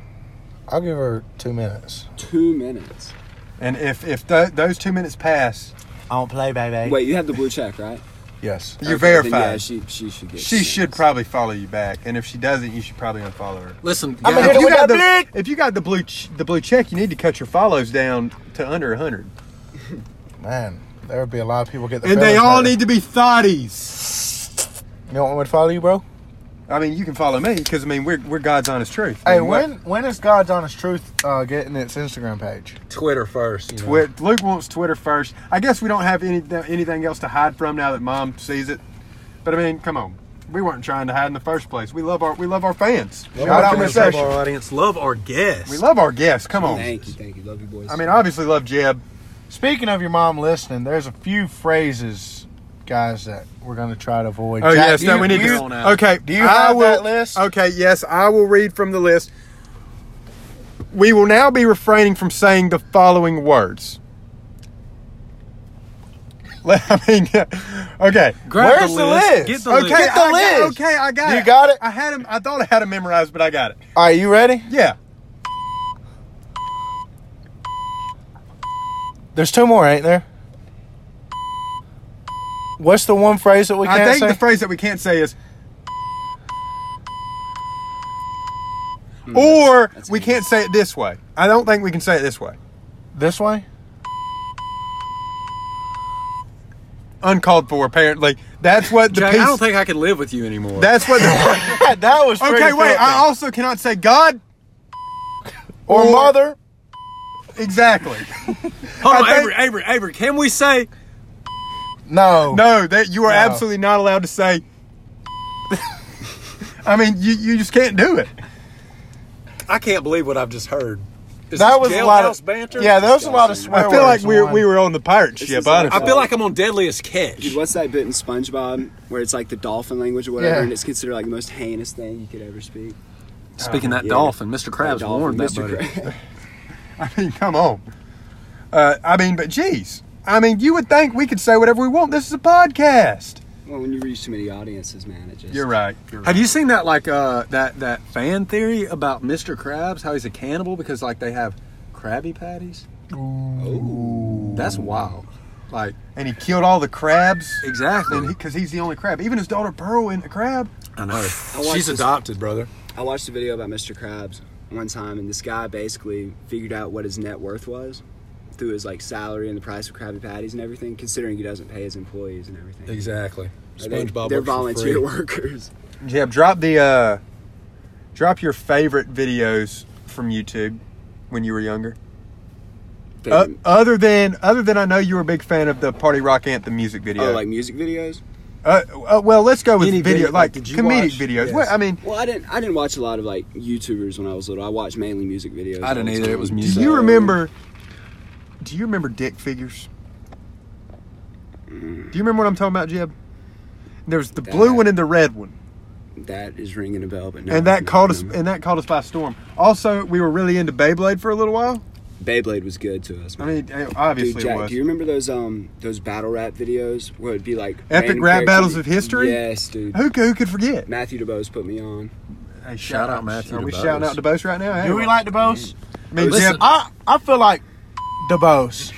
Speaker 5: I'll give her two minutes.
Speaker 6: Two minutes.
Speaker 1: And if if th- those two minutes pass,
Speaker 5: I don't play, baby.
Speaker 6: Wait, you have the blue check, right?
Speaker 5: Yes.
Speaker 1: you're
Speaker 6: Okay, then
Speaker 1: verified.
Speaker 6: Yeah, she she should get.
Speaker 1: she
Speaker 6: two
Speaker 1: should
Speaker 6: minutes.
Speaker 1: probably follow you back. And if she doesn't, you should probably unfollow her.
Speaker 4: Listen,
Speaker 5: I'm
Speaker 4: guys,
Speaker 5: gonna
Speaker 1: If you,
Speaker 5: with
Speaker 1: got
Speaker 5: that
Speaker 1: the, if you got the blue ch- the blue check, you need to cut your follows down to under hundred.
Speaker 5: Man, there would be a lot of people get their
Speaker 1: And they
Speaker 5: feelings
Speaker 1: all
Speaker 5: hurt.
Speaker 1: need to be thotties.
Speaker 5: You don't want me to follow you, bro?
Speaker 1: I mean, you can follow me because I mean we're we're God's honest truth. I
Speaker 5: Hey,
Speaker 1: mean,
Speaker 5: when when is God's honest truth uh, getting its Instagram page?
Speaker 4: Twitter first. you know.
Speaker 1: Twi- Luke wants Twitter first. I guess we don't have any, anything else to hide from now that Mom sees it. But I mean, come on, we weren't trying to hide in the first place. We love our we love our fans. Shout
Speaker 5: Love our
Speaker 1: out
Speaker 5: fans,
Speaker 1: Miss
Speaker 4: Love
Speaker 1: Asher.
Speaker 4: our audience. Love our guests.
Speaker 1: We love our guests. Come on.
Speaker 6: Thank you, thank you. Love you, boys.
Speaker 1: I mean, obviously love Jeb.
Speaker 5: Speaking of your mom listening, there's a few phrases, guys, that we're gonna try to avoid.
Speaker 1: Oh
Speaker 5: Jack,
Speaker 1: yes,
Speaker 5: do
Speaker 1: no,
Speaker 5: you-
Speaker 1: we need
Speaker 5: do
Speaker 1: to.
Speaker 5: you-
Speaker 1: Okay,
Speaker 5: Do you
Speaker 1: I
Speaker 5: have
Speaker 1: will,
Speaker 5: that list?
Speaker 1: Okay, yes, I will read from the list. We will now be refraining from saying the following words. Let- I mean, okay.
Speaker 4: Grab
Speaker 5: Where's the list?
Speaker 4: Get the
Speaker 1: Okay,
Speaker 4: list.
Speaker 1: I
Speaker 5: Get the
Speaker 1: got-
Speaker 5: list.
Speaker 1: okay, I got
Speaker 5: You
Speaker 1: it.
Speaker 5: got it?
Speaker 1: I had him. I thought I had him memorized, but I got it.
Speaker 5: All right, you ready?
Speaker 1: Yeah.
Speaker 5: There's two more, ain't there? What's the one phrase that we can't
Speaker 1: I think
Speaker 5: say?
Speaker 1: the phrase that we can't say is.
Speaker 5: Hmm,
Speaker 1: Or
Speaker 6: that's
Speaker 1: we
Speaker 6: good.
Speaker 1: can't say it this way. I don't think we can say it this way.
Speaker 5: this way.
Speaker 1: uncalled for. Apparently, that's what the
Speaker 4: Jack,
Speaker 1: piece.
Speaker 4: I don't think I can live with you anymore.
Speaker 1: that's what. The,
Speaker 5: that was pretty
Speaker 1: okay, wait.
Speaker 5: filthy.
Speaker 1: I also cannot say God.
Speaker 5: or mother.
Speaker 1: Exactly.
Speaker 4: Hold on,
Speaker 1: I
Speaker 4: Avery,
Speaker 1: think-
Speaker 4: Avery, Avery. Can we say
Speaker 5: No.
Speaker 1: No, that you are
Speaker 5: No.
Speaker 1: absolutely not allowed to say. I mean, you, you just can't do it.
Speaker 4: I can't believe what I've just heard? Is
Speaker 5: That
Speaker 4: this
Speaker 5: was a
Speaker 4: jailhouse
Speaker 5: lot of
Speaker 4: banter.
Speaker 5: Yeah, that was a lot of
Speaker 6: I
Speaker 5: swear
Speaker 1: I feel like
Speaker 5: words.
Speaker 1: we
Speaker 5: in
Speaker 1: we
Speaker 5: one.
Speaker 1: were on the pirate
Speaker 6: This
Speaker 1: ship.
Speaker 6: is like-
Speaker 1: Honestly,
Speaker 4: I feel like I'm on Deadliest Catch.
Speaker 6: Dude, what's that bit in SpongeBob where it's like the dolphin language or whatever,
Speaker 5: Yeah.
Speaker 6: and it's considered like the most heinous thing you could ever speak?
Speaker 4: Speaking of that
Speaker 6: Yeah.
Speaker 4: dolphin, Mr. Krabs
Speaker 6: dolphin,
Speaker 4: warned that
Speaker 6: Mr.
Speaker 4: buddy.
Speaker 6: Krabs.
Speaker 1: I mean, come on. Uh, I mean, but geez, I mean, you would think we could say whatever we want. This is a podcast.
Speaker 6: well, when you reach too many audiences, man, it just
Speaker 1: You're right. You're right.
Speaker 4: Have you seen that like uh, that that fan theory about Mr. Krabs? How he's a cannibal because like they have Krabby Patties. Ooh, that's wild. Like
Speaker 1: And he killed all the crabs.
Speaker 4: exactly.
Speaker 1: Because he's the only crab. Even his daughter Pearl isn't a crab.
Speaker 4: I know.
Speaker 6: watched
Speaker 4: She's
Speaker 6: this-
Speaker 4: adopted, brother.
Speaker 6: I watched a video about Mr. Krabs one time, and this guy basically figured out what his net worth was through his like salary and the price of Krabby Patties and everything, considering he doesn't pay his employees and everything.
Speaker 4: Exactly.
Speaker 6: Like, they-
Speaker 4: SpongeBob.
Speaker 6: they're
Speaker 4: works for
Speaker 6: volunteer
Speaker 4: free.
Speaker 6: workers.
Speaker 1: Yeah, drop the uh drop your favorite videos from YouTube when you were younger. Uh,
Speaker 4: Mm-hmm.
Speaker 6: Favorite-
Speaker 1: other than other than I know you were a big fan of the Party Rock Anthem music video.
Speaker 6: oh, like music videos?
Speaker 1: uh, uh, well, let's go with
Speaker 4: Any
Speaker 1: video,
Speaker 4: video, like,
Speaker 1: like,
Speaker 4: did you
Speaker 1: comedic
Speaker 4: watch-
Speaker 1: videos.
Speaker 4: yes.
Speaker 1: Well, I mean,
Speaker 6: Well, I didn't. I didn't watch a lot of like YouTubers when I was little. I watched mainly music videos.
Speaker 4: I didn't
Speaker 6: all the
Speaker 4: either. It
Speaker 6: time.
Speaker 4: was
Speaker 1: do
Speaker 4: music.
Speaker 1: you
Speaker 6: So-
Speaker 1: remember do you remember dick figures?
Speaker 4: Mm.
Speaker 1: Do you remember what I'm talking about, Jeb? There's the blue
Speaker 6: That-
Speaker 1: one and the red one.
Speaker 6: That is ringing a bell, but no,
Speaker 1: And that
Speaker 6: no,
Speaker 1: caught
Speaker 6: no.
Speaker 1: us and that caught us by storm. Also, we were really into Beyblade for a little while.
Speaker 6: Beyblade was good to us.
Speaker 1: I
Speaker 6: Man.
Speaker 1: mean, obviously
Speaker 6: Dude,
Speaker 1: it
Speaker 6: Jack,
Speaker 1: was.
Speaker 6: do you remember those um those battle rap videos where it'd be like
Speaker 1: Epic
Speaker 6: random
Speaker 1: rap
Speaker 6: characters?
Speaker 1: battles of history?
Speaker 6: Yes, dude.
Speaker 1: Who, could- who could forget?
Speaker 6: Matthew DeBose put me on.
Speaker 1: Hey,
Speaker 4: Shout out Matthew
Speaker 1: Are we
Speaker 4: DeBose.
Speaker 1: shouting out DeBose right now? Hey,
Speaker 5: Do we like DeBose?
Speaker 1: me, and
Speaker 4: Listen-
Speaker 1: Jeb,
Speaker 5: I I feel like DeBose.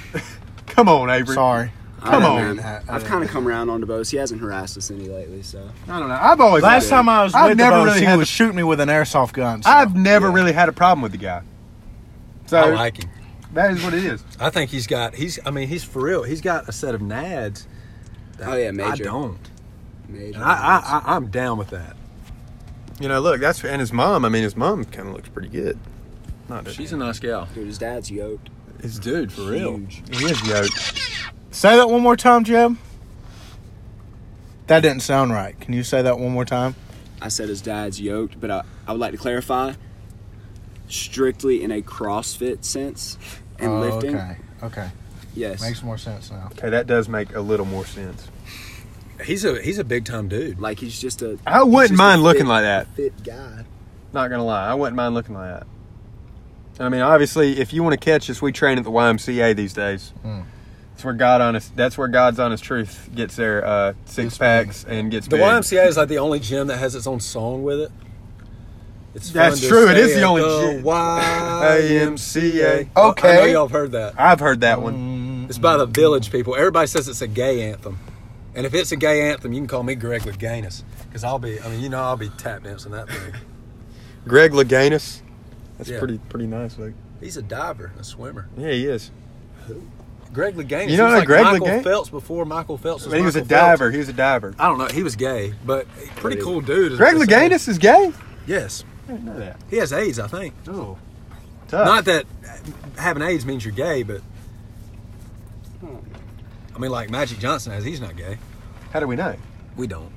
Speaker 1: come on, Avery.
Speaker 5: Sorry.
Speaker 6: I
Speaker 1: Come
Speaker 6: don't
Speaker 1: on.
Speaker 6: know, man. I've kind of come around on DeBose. He hasn't harassed us any lately, so
Speaker 1: I don't know. I've always
Speaker 5: Last time I was with
Speaker 1: I've never
Speaker 5: DeBose,
Speaker 1: really
Speaker 5: he
Speaker 1: had
Speaker 5: would
Speaker 1: the-
Speaker 5: shoot me with an airsoft gun. so-
Speaker 1: I've never really had a problem with the guy. So
Speaker 4: I like him.
Speaker 1: that is what it is.
Speaker 4: I think he's got. He's. I mean, he's for real. He's got a set of nads. that
Speaker 6: Oh, yeah, major.
Speaker 4: I don't.
Speaker 6: major.
Speaker 4: And I, I, I I'm down with that.
Speaker 1: You know, look, that's and his mom. I mean, his mom kind of looks pretty good. Not
Speaker 4: She's a nice gal.
Speaker 6: dude, his dad's yoked.
Speaker 4: It's dude for real.
Speaker 6: Huge.
Speaker 1: He is yoked.
Speaker 5: Say that one more time, Jim. That didn't sound right. Can you say that one more time?
Speaker 6: I said his dad's yoked, but I, I would like to clarify. Strictly in a CrossFit sense and
Speaker 5: Oh,
Speaker 6: lifting.
Speaker 5: Okay. Okay.
Speaker 6: Yes.
Speaker 5: Makes more sense now.
Speaker 1: Okay, that does make a little more sense.
Speaker 4: He's a he's a big time dude.
Speaker 6: like he's just a
Speaker 1: I
Speaker 6: he's
Speaker 1: wouldn't
Speaker 6: just a
Speaker 1: mind looking
Speaker 6: fit-
Speaker 1: like that.
Speaker 6: Fit guy.
Speaker 1: Not gonna lie, I wouldn't mind looking like that. I mean, obviously, if you want to catch us, we train at the YMCA these days.
Speaker 4: Hmm.
Speaker 1: That's where God honest. That's where God's honest truth gets their uh, six
Speaker 5: Gets big.
Speaker 1: packs and gets
Speaker 4: The
Speaker 1: big.
Speaker 4: YMCA is like the only gym that has its own song with it. It's fun
Speaker 1: That's
Speaker 4: to
Speaker 1: true, it
Speaker 4: stay
Speaker 1: is the
Speaker 4: at
Speaker 1: only gym.
Speaker 4: YMCA.
Speaker 1: YMCA.
Speaker 4: Well, I know
Speaker 5: Okay.
Speaker 4: y'all have heard that.
Speaker 1: I've heard that one.
Speaker 4: It's by the Village people. Everybody says it's a gay anthem, and if it's a gay anthem, you can call me Greg Louganis because I'll be. I mean, you know, I'll be tap dancing that thing.
Speaker 1: Greg Louganis. That's
Speaker 4: Yeah.
Speaker 1: pretty pretty nice. Like,
Speaker 4: He's a diver, a swimmer.
Speaker 1: yeah, he is.
Speaker 4: Greg Louganis.
Speaker 1: You know
Speaker 4: he was
Speaker 1: that
Speaker 4: like
Speaker 1: Greg
Speaker 4: Michael
Speaker 1: Louganis-
Speaker 4: Phelps before Michael Phelps.
Speaker 1: I mean, he was a
Speaker 4: Michael Phelps.
Speaker 1: diver. He was a diver.
Speaker 4: I don't know. He was gay, but pretty cool dude. is
Speaker 1: Greg
Speaker 4: what they say.
Speaker 1: Louganis is gay.
Speaker 4: Yes,
Speaker 1: I didn't know that.
Speaker 4: he has AIDS, I think.
Speaker 1: Oh,
Speaker 4: Not that having AIDS means you're gay, but
Speaker 6: Hmm.
Speaker 4: I mean, like Magic Johnson has, he's not gay.
Speaker 1: How do we know?
Speaker 4: We don't.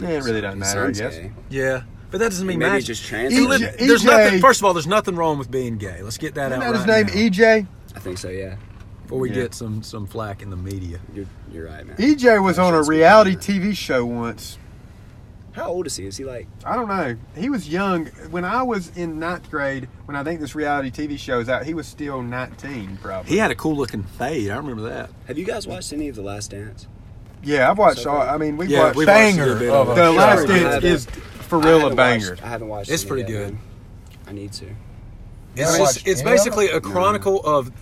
Speaker 1: Yeah, it really doesn't
Speaker 6: His
Speaker 1: matter. I
Speaker 6: son's
Speaker 1: guess.
Speaker 6: gay.
Speaker 4: Yeah, but that doesn't mean
Speaker 6: Maybe
Speaker 4: Magic.
Speaker 6: just
Speaker 4: He
Speaker 6: trans.
Speaker 1: E-
Speaker 4: li-
Speaker 1: EJ
Speaker 4: there's nothing. First of all, there's nothing wrong with being gay. Let's get that E
Speaker 1: Isn't
Speaker 4: out.
Speaker 1: that his
Speaker 4: right
Speaker 1: name? E
Speaker 4: now,
Speaker 1: EJ.
Speaker 6: I think so. Yeah,
Speaker 4: before we
Speaker 1: Yeah.
Speaker 4: get some some flack in the media.
Speaker 6: you're you're right, man.
Speaker 1: EJ E was
Speaker 6: That
Speaker 1: on a
Speaker 6: shit's
Speaker 1: reality
Speaker 6: good.
Speaker 1: TV show once.
Speaker 6: How old is he? Is he like?
Speaker 1: I don't know. He was young when I was in ninth grade. When I think this reality TV show is out, he was still nineteen, probably.
Speaker 4: He had a cool looking fade. I remember that.
Speaker 6: Have you guys watched any of The Last Dance?
Speaker 1: Yeah, I've watched all. I mean, we've
Speaker 4: Yeah,
Speaker 1: watched.
Speaker 4: we've watched a
Speaker 5: Banger.
Speaker 4: good bit of
Speaker 5: of a
Speaker 4: it.
Speaker 1: the
Speaker 5: show.
Speaker 1: last
Speaker 6: I
Speaker 1: dance
Speaker 6: haven't-
Speaker 1: is for
Speaker 6: I
Speaker 1: real a
Speaker 6: haven't
Speaker 1: banger.
Speaker 6: watched- I haven't watched.
Speaker 4: It's
Speaker 6: any
Speaker 4: pretty
Speaker 6: of that,
Speaker 4: good.
Speaker 6: man. I need to.
Speaker 4: It's,
Speaker 5: haven't
Speaker 4: it's,
Speaker 5: watched
Speaker 4: it's
Speaker 5: any of
Speaker 4: basically a chronicle of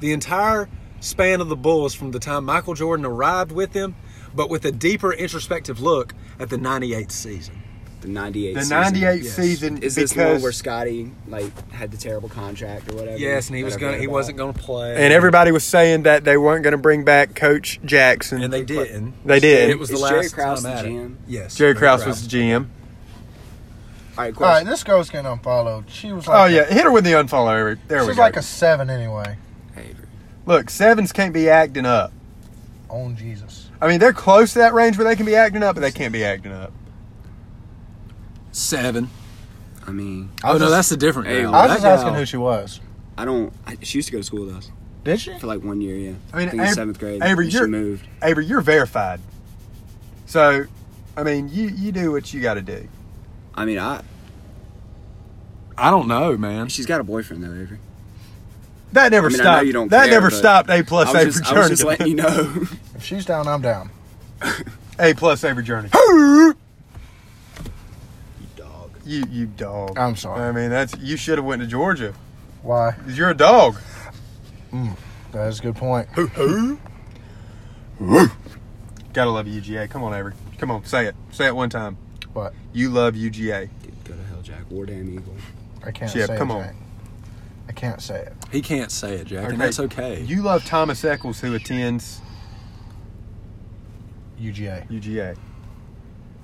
Speaker 4: the entire span of the Bulls from the time Michael Jordan arrived with them, but with a deeper introspective look at the 98 season.
Speaker 6: the '98.
Speaker 1: The
Speaker 6: season.
Speaker 1: '98
Speaker 4: Yes.
Speaker 1: season
Speaker 6: Is
Speaker 1: because
Speaker 6: this one where Scotty like had the terrible contract or whatever?
Speaker 4: Yes, and he
Speaker 6: that
Speaker 4: was
Speaker 6: I
Speaker 4: gonna.
Speaker 6: read
Speaker 4: He
Speaker 6: about?
Speaker 4: wasn't gonna play.
Speaker 1: and everybody was saying that they weren't going to bring back Coach Jackson.
Speaker 4: And they didn't.
Speaker 1: They did.
Speaker 4: It was the
Speaker 6: Is
Speaker 4: last
Speaker 6: Jerry Krause
Speaker 4: time
Speaker 6: the
Speaker 4: at it.
Speaker 6: GM?
Speaker 4: Yes.
Speaker 1: Jerry Krause was the GM.
Speaker 6: All right,
Speaker 5: All right,
Speaker 6: question.
Speaker 5: this girl's getting unfollowed. She was like,
Speaker 1: Oh yeah, hit her with the unfollow. Avery. There we
Speaker 5: she's
Speaker 1: go.
Speaker 5: like a seven anyway.
Speaker 6: Hey, Avery.
Speaker 1: Look, sevens can't be acting up.
Speaker 5: On Jesus.
Speaker 1: I mean, they're close to that range where they can be acting up, but they can't be acting up.
Speaker 4: seven. Oh,
Speaker 6: I mean,
Speaker 5: I was just-
Speaker 4: a different.
Speaker 6: Hey,
Speaker 4: girl.
Speaker 5: I was just
Speaker 4: That
Speaker 5: asking
Speaker 4: girl-
Speaker 5: who she was.
Speaker 6: I don't. I, she used to go to school with us
Speaker 5: Did she?
Speaker 6: for like one year. Yeah,
Speaker 1: I mean,
Speaker 6: think in
Speaker 1: Ab-
Speaker 6: seventh grade.
Speaker 1: Avery,
Speaker 6: and
Speaker 1: you're-
Speaker 6: she moved.
Speaker 1: Avery, you're verified. So, I mean, you you do what you got to do.
Speaker 6: I mean, I.
Speaker 4: I don't know, man.
Speaker 6: She's got a boyfriend though, Avery.
Speaker 1: That never
Speaker 6: I mean, I know
Speaker 1: stopped.
Speaker 6: you don't
Speaker 1: that
Speaker 6: care,
Speaker 1: never
Speaker 6: but
Speaker 1: stopped. A plus
Speaker 6: I was,
Speaker 1: Avery
Speaker 6: just, I was just
Speaker 1: Jernigan.
Speaker 6: letting you know.
Speaker 5: If she's down, I'm down.
Speaker 1: A plus Avery Jernigan.
Speaker 6: Dog.
Speaker 1: You you dog.
Speaker 5: I'm sorry.
Speaker 1: I mean, that's you should have went to Georgia.
Speaker 5: Why?
Speaker 1: 'Cause You're a dog.
Speaker 5: That is a good point.
Speaker 1: Gotta love UGA. Come on, Avery. Come on, say it. Say it one time.
Speaker 5: What?
Speaker 1: You love UGA.
Speaker 6: Dude, go to hell, Jack. War damn eagle.
Speaker 5: I can't
Speaker 1: Yeah,
Speaker 5: say
Speaker 1: come
Speaker 5: it.
Speaker 1: on.
Speaker 5: Jack. I can't say it.
Speaker 4: He can't say it, Jack,
Speaker 1: Okay.
Speaker 4: and that's okay.
Speaker 1: You love Thomas Eccles, who attends
Speaker 5: UGA.
Speaker 1: UGA.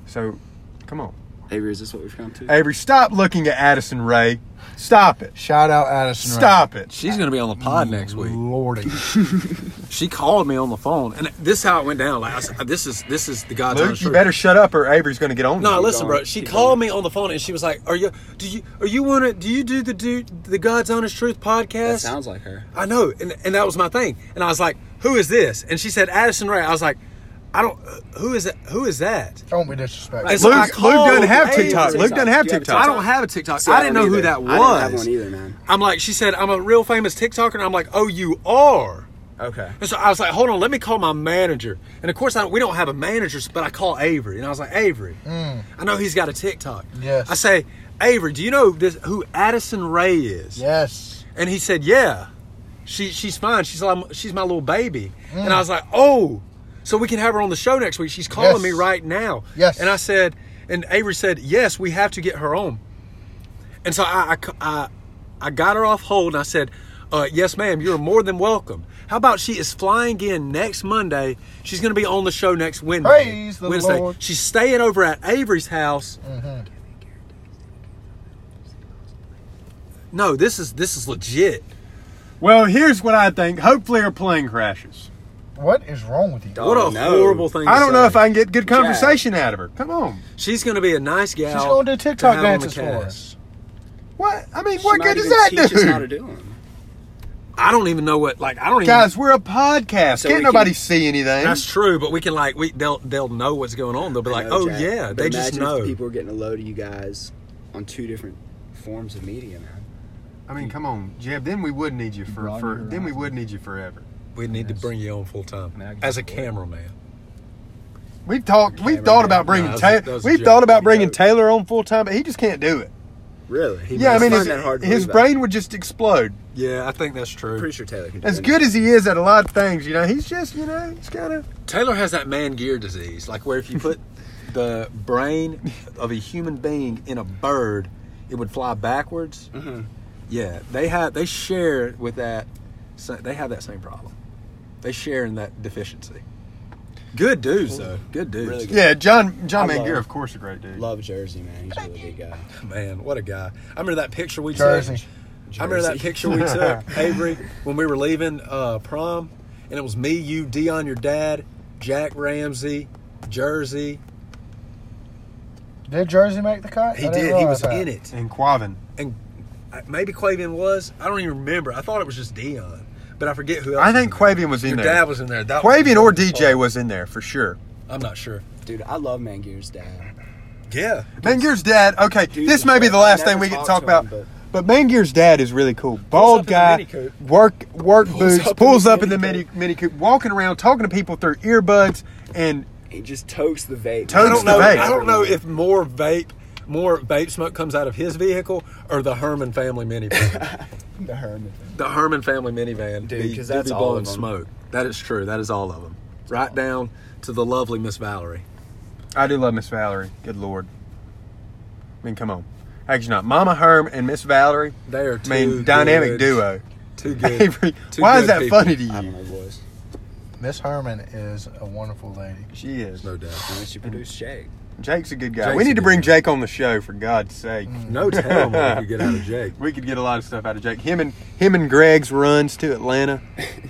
Speaker 1: So, come on,
Speaker 6: Avery, is this what we've come to?
Speaker 1: Avery. Stop looking at Addison Ray. Stop it.
Speaker 5: Shout out Addison. Rae.
Speaker 1: Stop it.
Speaker 4: She's gonna be on the pod next week.
Speaker 5: Lordy.
Speaker 4: She called me on the phone, and this is how it went down. Like I said, this is this is the God's
Speaker 1: Luke,
Speaker 4: honest
Speaker 1: you
Speaker 4: truth.
Speaker 1: better shut up, or Avery's gonna get on.
Speaker 4: No,
Speaker 1: you.
Speaker 4: listen, bro.
Speaker 6: going.
Speaker 4: She
Speaker 6: Keep
Speaker 4: called me on the phone, and she was like, "Are you? Do you? Are you wanna? Do you do the do the God's honest truth
Speaker 6: that
Speaker 4: podcast?"
Speaker 6: sounds like her.
Speaker 4: I know, and, and that was my thing. And I was like, "Who is this?" And she said, "Addison Ray." I was like, "I don't. uh, Who is that? Who is that?"
Speaker 5: Don't be disrespectful.
Speaker 4: It's-
Speaker 5: It's,
Speaker 4: So I
Speaker 1: Luke, Luke
Speaker 4: called
Speaker 1: doesn't have
Speaker 4: Avery.
Speaker 1: TikTok. Luke doesn't have
Speaker 6: Do you have
Speaker 1: TikTok.
Speaker 4: I don't have a TikTok.
Speaker 6: See,
Speaker 4: I didn't know
Speaker 6: don't
Speaker 4: who
Speaker 6: either.
Speaker 4: that was.
Speaker 6: I don't have one either, man.
Speaker 4: I'm like, she said, "I'm a real famous TikToker," and I'm like, "Oh, you are."
Speaker 6: Okay.
Speaker 4: And so I was like, "Hold on, let me call my manager." And of course, I, we don't have a manager, but I call Avery, and I was like, "Avery, I know he's got a TikTok."
Speaker 5: Mm. Yes.
Speaker 4: I say, "Avery, do you know this, who Addison Ray is?"
Speaker 5: yes.
Speaker 4: And he said, "Yeah, she she's fine. She's like, she's my little baby."
Speaker 5: Mm.
Speaker 4: And I was like, "Oh, so we can have her on the show next week? She's calling
Speaker 5: Yes.
Speaker 4: me right now."
Speaker 5: Yes.
Speaker 4: And I said, and Avery said, "Yes, we have to get her on." And so I I c- I, I got her off hold, and I said, uh, "Yes, ma'am, you're more than welcome." How about she is flying in next Monday? She's going to be on the show next Wednesday.
Speaker 5: Praise the
Speaker 4: Wednesday.
Speaker 5: Lord.
Speaker 4: She's staying over at Avery's house. No, this is this is legit.
Speaker 1: Well, here's what I think. Hopefully, her plane crashes.
Speaker 5: What is wrong with you?
Speaker 6: Dog.
Speaker 4: What
Speaker 6: Oh,
Speaker 4: a
Speaker 6: no.
Speaker 4: horrible thing!
Speaker 1: I
Speaker 4: to
Speaker 1: don't
Speaker 4: say.
Speaker 1: know if I can get good conversation out of her. Come on.
Speaker 4: She's gonna be a nice gal.
Speaker 5: She's gonna do
Speaker 4: to
Speaker 5: TikTok
Speaker 4: have on the
Speaker 5: dances for
Speaker 4: cast.
Speaker 5: us.
Speaker 1: What? I mean,
Speaker 6: She
Speaker 1: what
Speaker 6: might
Speaker 1: good does
Speaker 6: even
Speaker 1: that
Speaker 6: teach us how
Speaker 1: do?
Speaker 6: to do 'em.
Speaker 4: I don't even know what like I don't
Speaker 1: Guys, we're a podcast.
Speaker 6: So
Speaker 1: Can't
Speaker 6: we can-
Speaker 1: nobody see anything.
Speaker 4: even. That's true, but we can like we they'll they'll know what's going on. They'll be like,
Speaker 6: I know,
Speaker 4: oh
Speaker 6: Jack,
Speaker 4: yeah,
Speaker 6: but
Speaker 4: they just
Speaker 6: imagine if
Speaker 4: know.
Speaker 6: People are getting a load of you guys on two different forms of media, man.
Speaker 1: I mean, come on, Jeb. Then we would need you for,
Speaker 5: Broaden
Speaker 1: for
Speaker 5: your
Speaker 1: then we would need you forever.
Speaker 4: We need to bring you on full time
Speaker 5: mean, I can
Speaker 4: as a
Speaker 5: do it.
Speaker 4: cameraman.
Speaker 1: We've talked. We've
Speaker 6: Cameraman.
Speaker 1: thought about bringing
Speaker 4: No, that was a-
Speaker 1: Taylor.
Speaker 4: that was a
Speaker 1: We've
Speaker 4: joke.
Speaker 1: thought about bringing
Speaker 6: Joke.
Speaker 1: Taylor on full time, but he just can't do it.
Speaker 6: Really? He
Speaker 1: yeah, I
Speaker 6: must
Speaker 1: mean,
Speaker 6: find
Speaker 1: his,
Speaker 6: that hard to
Speaker 1: his
Speaker 6: believe, but
Speaker 1: brain would just explode.
Speaker 4: Yeah, I think that's true.
Speaker 6: I'm pretty sure Taylor can do
Speaker 1: As
Speaker 6: that.
Speaker 1: good as he is at a lot of things, you know, he's just, you know, he's kind of.
Speaker 4: Taylor has that man gear disease, like where if you put the brain of a human being in a bird, it would fly backwards.
Speaker 5: Mm-hmm.
Speaker 4: Yeah, they have they share with that. sa- They have that same problem. They share in that deficiency. Good dudes though. Good dudes.
Speaker 6: Really good.
Speaker 1: Yeah, John John
Speaker 6: I love-
Speaker 1: Mangier, of course, a great dude.
Speaker 6: Love Jersey, man. He's a really good guy.
Speaker 4: Man, what a guy! I remember that picture we
Speaker 5: Jersey.
Speaker 4: took. I remember that
Speaker 6: Jersey.
Speaker 4: picture we took, Avery, when we were leaving uh, prom, and it was me, you, Dion, your dad, Jack Ramsey, Jersey.
Speaker 5: Did Jersey make the cut?
Speaker 4: He
Speaker 5: I didn't
Speaker 4: did. He
Speaker 5: realize
Speaker 4: was
Speaker 5: that.
Speaker 4: in it.
Speaker 1: and Quavin.
Speaker 4: and I- maybe Quavian was. I don't even remember. I thought it was just Dion, but I forget who else.
Speaker 1: I
Speaker 4: was
Speaker 1: think
Speaker 4: in there.
Speaker 1: Quavian was in
Speaker 4: Your
Speaker 1: there.
Speaker 4: dad was in there. That was
Speaker 1: Quavian
Speaker 4: the
Speaker 1: or
Speaker 4: funny
Speaker 1: DJ
Speaker 4: part.
Speaker 1: was in there for sure.
Speaker 4: I'm not sure.
Speaker 6: Dude, I love Mangir's dad.
Speaker 4: Yeah,
Speaker 1: Mangier's dad. Okay,
Speaker 6: Dude,
Speaker 1: this may be the
Speaker 6: I
Speaker 1: last
Speaker 6: never
Speaker 1: thing we can talk
Speaker 6: talked
Speaker 1: about.
Speaker 6: to him,
Speaker 1: but Mangier's dad is really cool. Bald
Speaker 4: up in the
Speaker 1: guy,
Speaker 4: Mini Coupe.
Speaker 1: work work boots,
Speaker 6: up in
Speaker 1: pulls
Speaker 6: the
Speaker 1: up in the
Speaker 6: Mini
Speaker 1: mini mini coupe, walking around, talking to people through earbuds, and
Speaker 6: He just totes the vape.
Speaker 1: Totes
Speaker 4: I don't
Speaker 1: the
Speaker 4: know.
Speaker 1: vape.
Speaker 4: I don't know if more vape, more vape smoke comes out of his vehicle or the Herman family minivan.
Speaker 6: the Herman.
Speaker 4: the Herman family minivan,
Speaker 6: Dude,
Speaker 4: the
Speaker 6: 'cause that's
Speaker 4: doobie
Speaker 6: all
Speaker 4: blowing
Speaker 6: of 'em.
Speaker 4: smoke. That is true. That is all of them. Right down to the lovely Miss Valerie.
Speaker 1: I do love Miss Valerie. Good lord, I mean, come on. Actually, not Mama Herm and Miss Valerie.
Speaker 4: They are
Speaker 1: I
Speaker 4: too
Speaker 1: mean, dynamic
Speaker 4: good.
Speaker 1: duo.
Speaker 4: Too good.
Speaker 1: Avery,
Speaker 4: Two
Speaker 1: why
Speaker 4: good
Speaker 1: is that
Speaker 4: people.
Speaker 1: funny to
Speaker 6: I don't
Speaker 1: you?
Speaker 6: know, boys.
Speaker 5: Miss Herman is a wonderful lady.
Speaker 1: She is.
Speaker 4: No doubt.
Speaker 6: Unless you produce Jake.
Speaker 1: Jake's a good guy.
Speaker 4: Jake's
Speaker 1: we
Speaker 4: a
Speaker 1: need to
Speaker 4: good
Speaker 1: bring
Speaker 4: guy.
Speaker 1: Jake on the show for God's sake.
Speaker 4: No telling what we could get out of Jake.
Speaker 1: We could get a lot of stuff out of Jake. Him and him and Greg's runs to Atlanta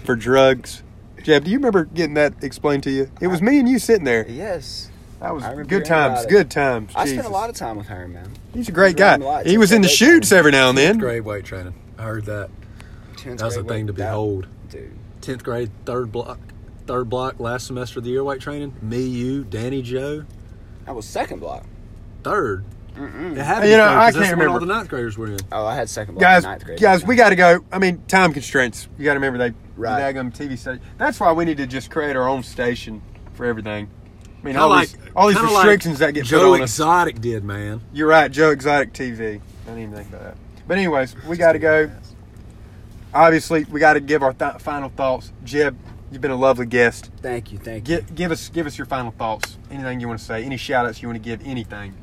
Speaker 1: for drugs. Jeb, do you remember getting that explained to you? It was me and you sitting there.
Speaker 6: Yes.
Speaker 1: That was
Speaker 6: I remember
Speaker 1: good
Speaker 6: hearing about
Speaker 1: times.
Speaker 6: it.
Speaker 1: Good times.
Speaker 6: I spent a
Speaker 1: Jesus.
Speaker 6: lot of time with her, man.
Speaker 1: He's a great
Speaker 6: He ran
Speaker 1: guy.
Speaker 6: lights.
Speaker 1: He was in the
Speaker 6: Great
Speaker 1: shoots
Speaker 6: guy.
Speaker 1: every now and then.
Speaker 4: Grade weight training. I heard that.
Speaker 6: Tenth
Speaker 4: That was a
Speaker 6: grade
Speaker 4: thing to
Speaker 6: weight- that-
Speaker 4: behold.
Speaker 6: Dude.
Speaker 4: Tenth grade, third block, third block, last semester of the year weight training. Me, you, Danny, Joe,
Speaker 6: I was second block.
Speaker 4: 3rd It
Speaker 1: You
Speaker 4: had to be
Speaker 1: know,
Speaker 4: third, 'cause
Speaker 1: I
Speaker 4: that's
Speaker 1: can't
Speaker 4: when All
Speaker 1: remember.
Speaker 4: the ninth graders were in.
Speaker 6: Oh, I had second block. in
Speaker 1: Guys,
Speaker 6: ninth grade
Speaker 1: guys, we got to go. I mean, time constraints. You got to remember they
Speaker 6: Right.
Speaker 1: right. daggum TV station. That's why we need to just create our own station for everything. I mean,
Speaker 4: Kinda
Speaker 1: all these all these
Speaker 4: kinda
Speaker 1: restrictions that get
Speaker 4: Joe
Speaker 1: put on us.
Speaker 4: Exotic did, man.
Speaker 1: You're right, Joe Exotic TV. I didn't even think about that. But anyways, we got to go. Obviously, we got to give our th- final thoughts. Jeb, you've been a lovely guest.
Speaker 6: Thank you, thank you.
Speaker 1: Get, give us give us your final thoughts. Anything you want to say? Any shout outs you want to give? Anything?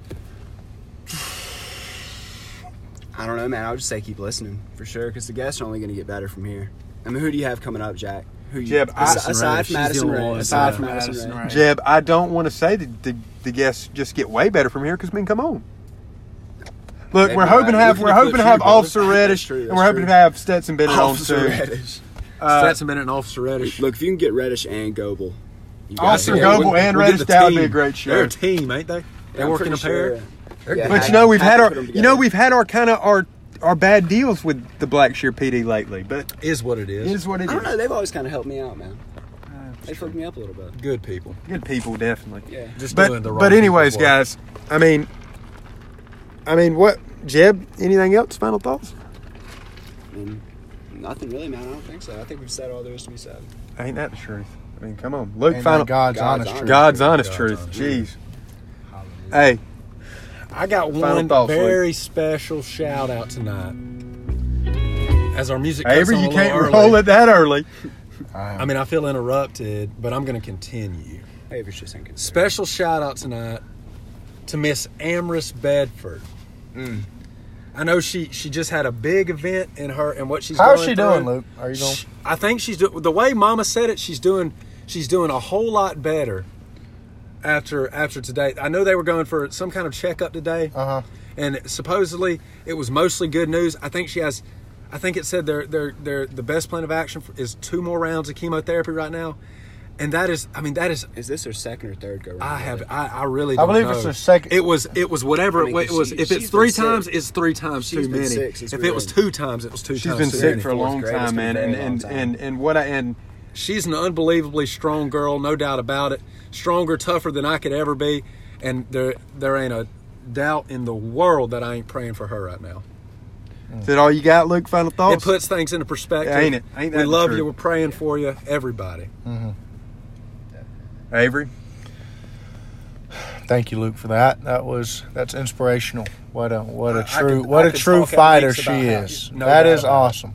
Speaker 6: I don't know, man. I would just say keep listening for sure, because the guests are only going to get better from here. I mean, who do you have coming up, Jack? Who you?
Speaker 1: Jeb,
Speaker 6: as-
Speaker 1: Madison
Speaker 4: Ray.
Speaker 6: aside
Speaker 4: She's
Speaker 6: from
Speaker 4: the
Speaker 6: Madison
Speaker 4: only
Speaker 6: Ray.
Speaker 4: one.
Speaker 6: Aside from
Speaker 5: Aside from
Speaker 6: Madison
Speaker 5: Madison
Speaker 6: Ray.
Speaker 5: Ray.
Speaker 1: Jeb, I don't want to say that the, the guests just get way better from here because I mean, come on. Look,
Speaker 6: Maybe
Speaker 1: we're hoping to
Speaker 6: not.
Speaker 1: have
Speaker 4: We
Speaker 1: we're
Speaker 4: can
Speaker 1: hoping
Speaker 4: put
Speaker 1: to have
Speaker 4: you, brother.
Speaker 1: Officer
Speaker 6: That's
Speaker 1: Reddish,
Speaker 6: true,
Speaker 1: and
Speaker 6: that's
Speaker 1: we're hoping
Speaker 6: true.
Speaker 1: to have Stetson Bennett on
Speaker 6: Officer
Speaker 1: too.
Speaker 6: Reddish.
Speaker 1: Uh,
Speaker 4: Stats a minute and Officer Reddish.
Speaker 6: Look, if you can get Reddish and Goble, you got
Speaker 1: Officer
Speaker 6: it.
Speaker 1: Goble and
Speaker 4: get the
Speaker 1: Reddish, that would be
Speaker 4: team.
Speaker 1: a great show.
Speaker 4: They're a team, ain't they? They
Speaker 6: I'm
Speaker 4: work in a
Speaker 6: pretty
Speaker 4: pair.
Speaker 6: sure-
Speaker 4: They're
Speaker 6: Yeah,
Speaker 4: good.
Speaker 1: But
Speaker 6: I-
Speaker 1: you know we've
Speaker 6: I
Speaker 1: had
Speaker 6: can
Speaker 1: our
Speaker 6: put 'em
Speaker 1: you know
Speaker 6: together.
Speaker 1: we've had our kind of our our bad deals with the Blackshear PD lately, but
Speaker 4: is what it
Speaker 1: it
Speaker 4: is.
Speaker 1: is what it
Speaker 6: I don't know.
Speaker 1: is.
Speaker 6: They've always kind of helped me out, man.
Speaker 1: Uh,
Speaker 6: They fucked me up a little bit.
Speaker 4: Good people.
Speaker 1: Good people, definitely.
Speaker 6: Yeah.
Speaker 4: Just doing
Speaker 1: But
Speaker 4: the right
Speaker 1: but anyways,
Speaker 4: thing for it.
Speaker 1: guys, I mean, I mean, what Jeb? Anything else? Final thoughts?
Speaker 6: I mean, nothing really, man. I don't think so. I think we've said all there is to be said.
Speaker 1: Ain't that the truth? I mean, come on, Luke.
Speaker 5: And
Speaker 1: final
Speaker 5: that God's,
Speaker 6: God's
Speaker 5: honest
Speaker 6: honest
Speaker 5: truth.
Speaker 1: God's honest
Speaker 4: God's
Speaker 1: truth.
Speaker 4: honest
Speaker 1: Jeez. Hey,
Speaker 4: I got
Speaker 1: Final
Speaker 4: one
Speaker 1: thoughts, Luke.
Speaker 4: very special shout out tonight. As our music cuts
Speaker 1: Avery,
Speaker 4: on
Speaker 1: you
Speaker 4: a little
Speaker 1: can't
Speaker 4: early,
Speaker 1: roll it that early.
Speaker 4: I mean, I feel interrupted, but I'm going to continue.
Speaker 6: Hey, if it's just inconsiderate.
Speaker 4: Special shout out tonight to Miss Amrus Bedford.
Speaker 5: Mm.
Speaker 4: I know she she just had a big event in her and what she's
Speaker 5: How's
Speaker 4: going
Speaker 5: she
Speaker 4: through.
Speaker 5: doing, Luke? Are you doing?
Speaker 4: Sh- I think she's doing the way Mama said it. She's doing she's doing a whole lot better after after today. I know they were going for some kind of checkup today,
Speaker 5: Uh huh.
Speaker 4: and supposedly it was mostly good news. I think she has. I think it said their their their the best plan of action for, is two more rounds of chemotherapy right now, and that is I mean that is
Speaker 6: Is this her second or third go round?
Speaker 4: I
Speaker 6: really?
Speaker 4: have. I, I really.
Speaker 5: I
Speaker 4: Don't
Speaker 5: believe
Speaker 4: know.
Speaker 5: it's her second-
Speaker 4: It was. It was whatever
Speaker 6: I mean,
Speaker 4: it was.
Speaker 6: she-
Speaker 4: If
Speaker 6: she's
Speaker 4: it's
Speaker 6: been
Speaker 4: three
Speaker 6: sick.
Speaker 4: times, it's three times
Speaker 6: She's
Speaker 4: too
Speaker 6: been
Speaker 4: many.
Speaker 6: sick since
Speaker 4: if
Speaker 6: we
Speaker 4: it
Speaker 6: were
Speaker 4: was
Speaker 6: in-
Speaker 4: two times, it was two
Speaker 1: She's
Speaker 4: times.
Speaker 1: been
Speaker 4: too
Speaker 1: sick
Speaker 4: many.
Speaker 1: for a long
Speaker 6: Fourth grade,
Speaker 1: time,
Speaker 6: it's been
Speaker 1: man,
Speaker 6: a
Speaker 1: and
Speaker 6: very
Speaker 1: and
Speaker 6: long time.
Speaker 1: and and what I and
Speaker 4: She's an unbelievably strong girl, no doubt about it. Stronger, tougher than I could ever be, and there there ain't a doubt in the world that I ain't praying for her right now.
Speaker 6: Mm.
Speaker 1: is that all you got, Luke? Final
Speaker 4: It
Speaker 1: thoughts?
Speaker 4: puts things into perspective.
Speaker 1: Oh, Ain't it? Ain't that
Speaker 4: we
Speaker 1: the
Speaker 4: love
Speaker 1: truth?
Speaker 4: you. We're praying for you, everybody.
Speaker 1: Avery.
Speaker 5: Thank you, Luke, for that. That was that's inspirational. What a what a
Speaker 4: I- I
Speaker 5: true
Speaker 4: could-
Speaker 5: what
Speaker 4: I
Speaker 5: a
Speaker 4: could
Speaker 5: true
Speaker 4: talk at
Speaker 5: fighter
Speaker 4: lengths
Speaker 5: she
Speaker 4: about how-
Speaker 5: is.
Speaker 4: no
Speaker 5: that
Speaker 4: doubt
Speaker 5: is
Speaker 4: about it.
Speaker 5: awesome.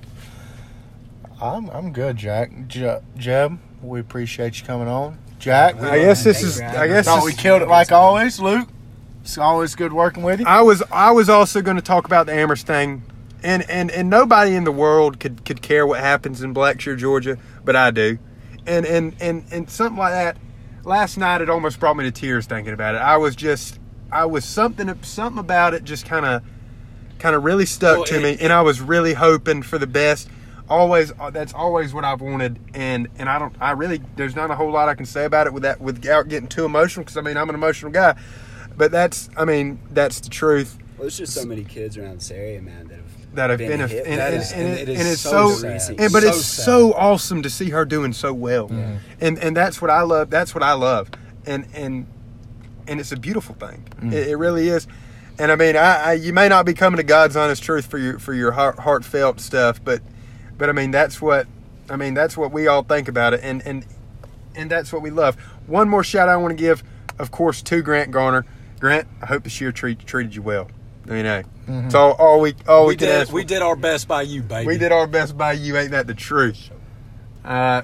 Speaker 5: I'm I'm good, Jack. Je- Jeb, we appreciate you coming on. Jack,
Speaker 1: I guess this
Speaker 6: Thanks
Speaker 1: is.
Speaker 6: for
Speaker 1: I
Speaker 6: having
Speaker 1: guess
Speaker 5: thought
Speaker 1: this-
Speaker 5: we killed it like always, Luke. It's always good working with you.
Speaker 1: I was I was also going to talk about the Amherst thing, and and and nobody in the world could could care what happens in Blackshear, Georgia, but I do, and and and and something like that. Last night it almost brought me to tears thinking about it. I was just I was something something about it just kind of kind of really stuck
Speaker 4: Well,
Speaker 1: to
Speaker 4: it-
Speaker 1: me, and I was really hoping for the best. Always, uh, that's always what I've wanted, and and I don't, I really, there's not a whole lot I can say about it with that, without getting too emotional, because I mean I'm an emotional guy, but that's, I mean that's the truth
Speaker 6: Well, there's just so many kids around this area, man, that have
Speaker 1: that have been, a,
Speaker 6: hit
Speaker 1: and,
Speaker 6: by
Speaker 1: and,
Speaker 6: that.
Speaker 1: and, it-
Speaker 4: it is
Speaker 1: and it's
Speaker 4: so
Speaker 1: so,
Speaker 6: sad.
Speaker 1: and, but
Speaker 4: So
Speaker 1: it's
Speaker 4: sad.
Speaker 1: so awesome to see her doing so well, and and that's what I love. That's what I love, and and and it's a beautiful thing. It, it really is. And I mean, I, I you may not be coming to God's honest truth for your for your heart, heartfelt stuff, but but I mean that's what I mean that's what we all think about it, and and and that's what we love. One more shout out I want to give, of course, to Grant Garner. Grant, I hope this year treat, treated you well. You know, it's all, all we all we,
Speaker 4: We
Speaker 1: can
Speaker 4: did.
Speaker 1: ask for.
Speaker 4: We did our best by you, baby.
Speaker 1: We did our best by you. Ain't that the truth? Uh,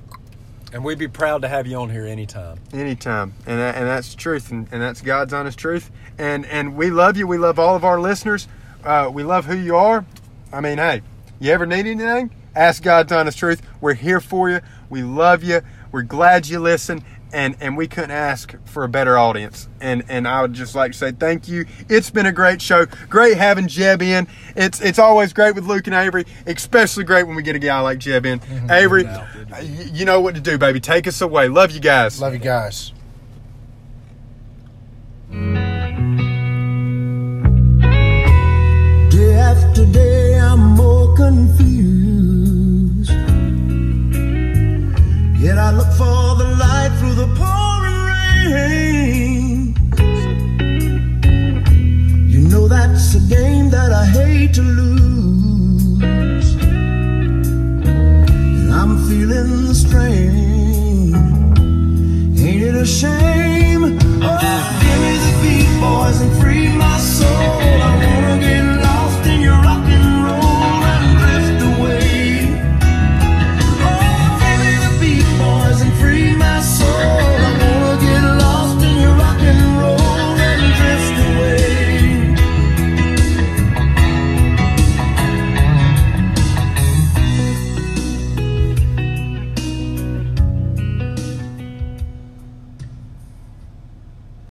Speaker 4: And we'd be proud to have you on here anytime.
Speaker 1: anytime and that, and that's the truth and, and that's god's honest truth and and we love you we love all of our listeners uh, we love who you are i mean hey you ever need anything ask god's honest truth we're here for you we love you we're glad you listen and and we couldn't ask for a better audience and and i would just like to say thank you it's been a great show great having jeb in it's it's always great with luke and avery especially great when we get a guy like jeb in avery
Speaker 4: doubt.
Speaker 1: y- you know what to do baby take us away love you guys
Speaker 7: Love you guys.
Speaker 5: Day after day, I'm more confused. Yet I look for the light through the pouring rain. You know that's a game that I hate to lose. And I'm feeling the strain. Ain't it a shame? Oh, Oh,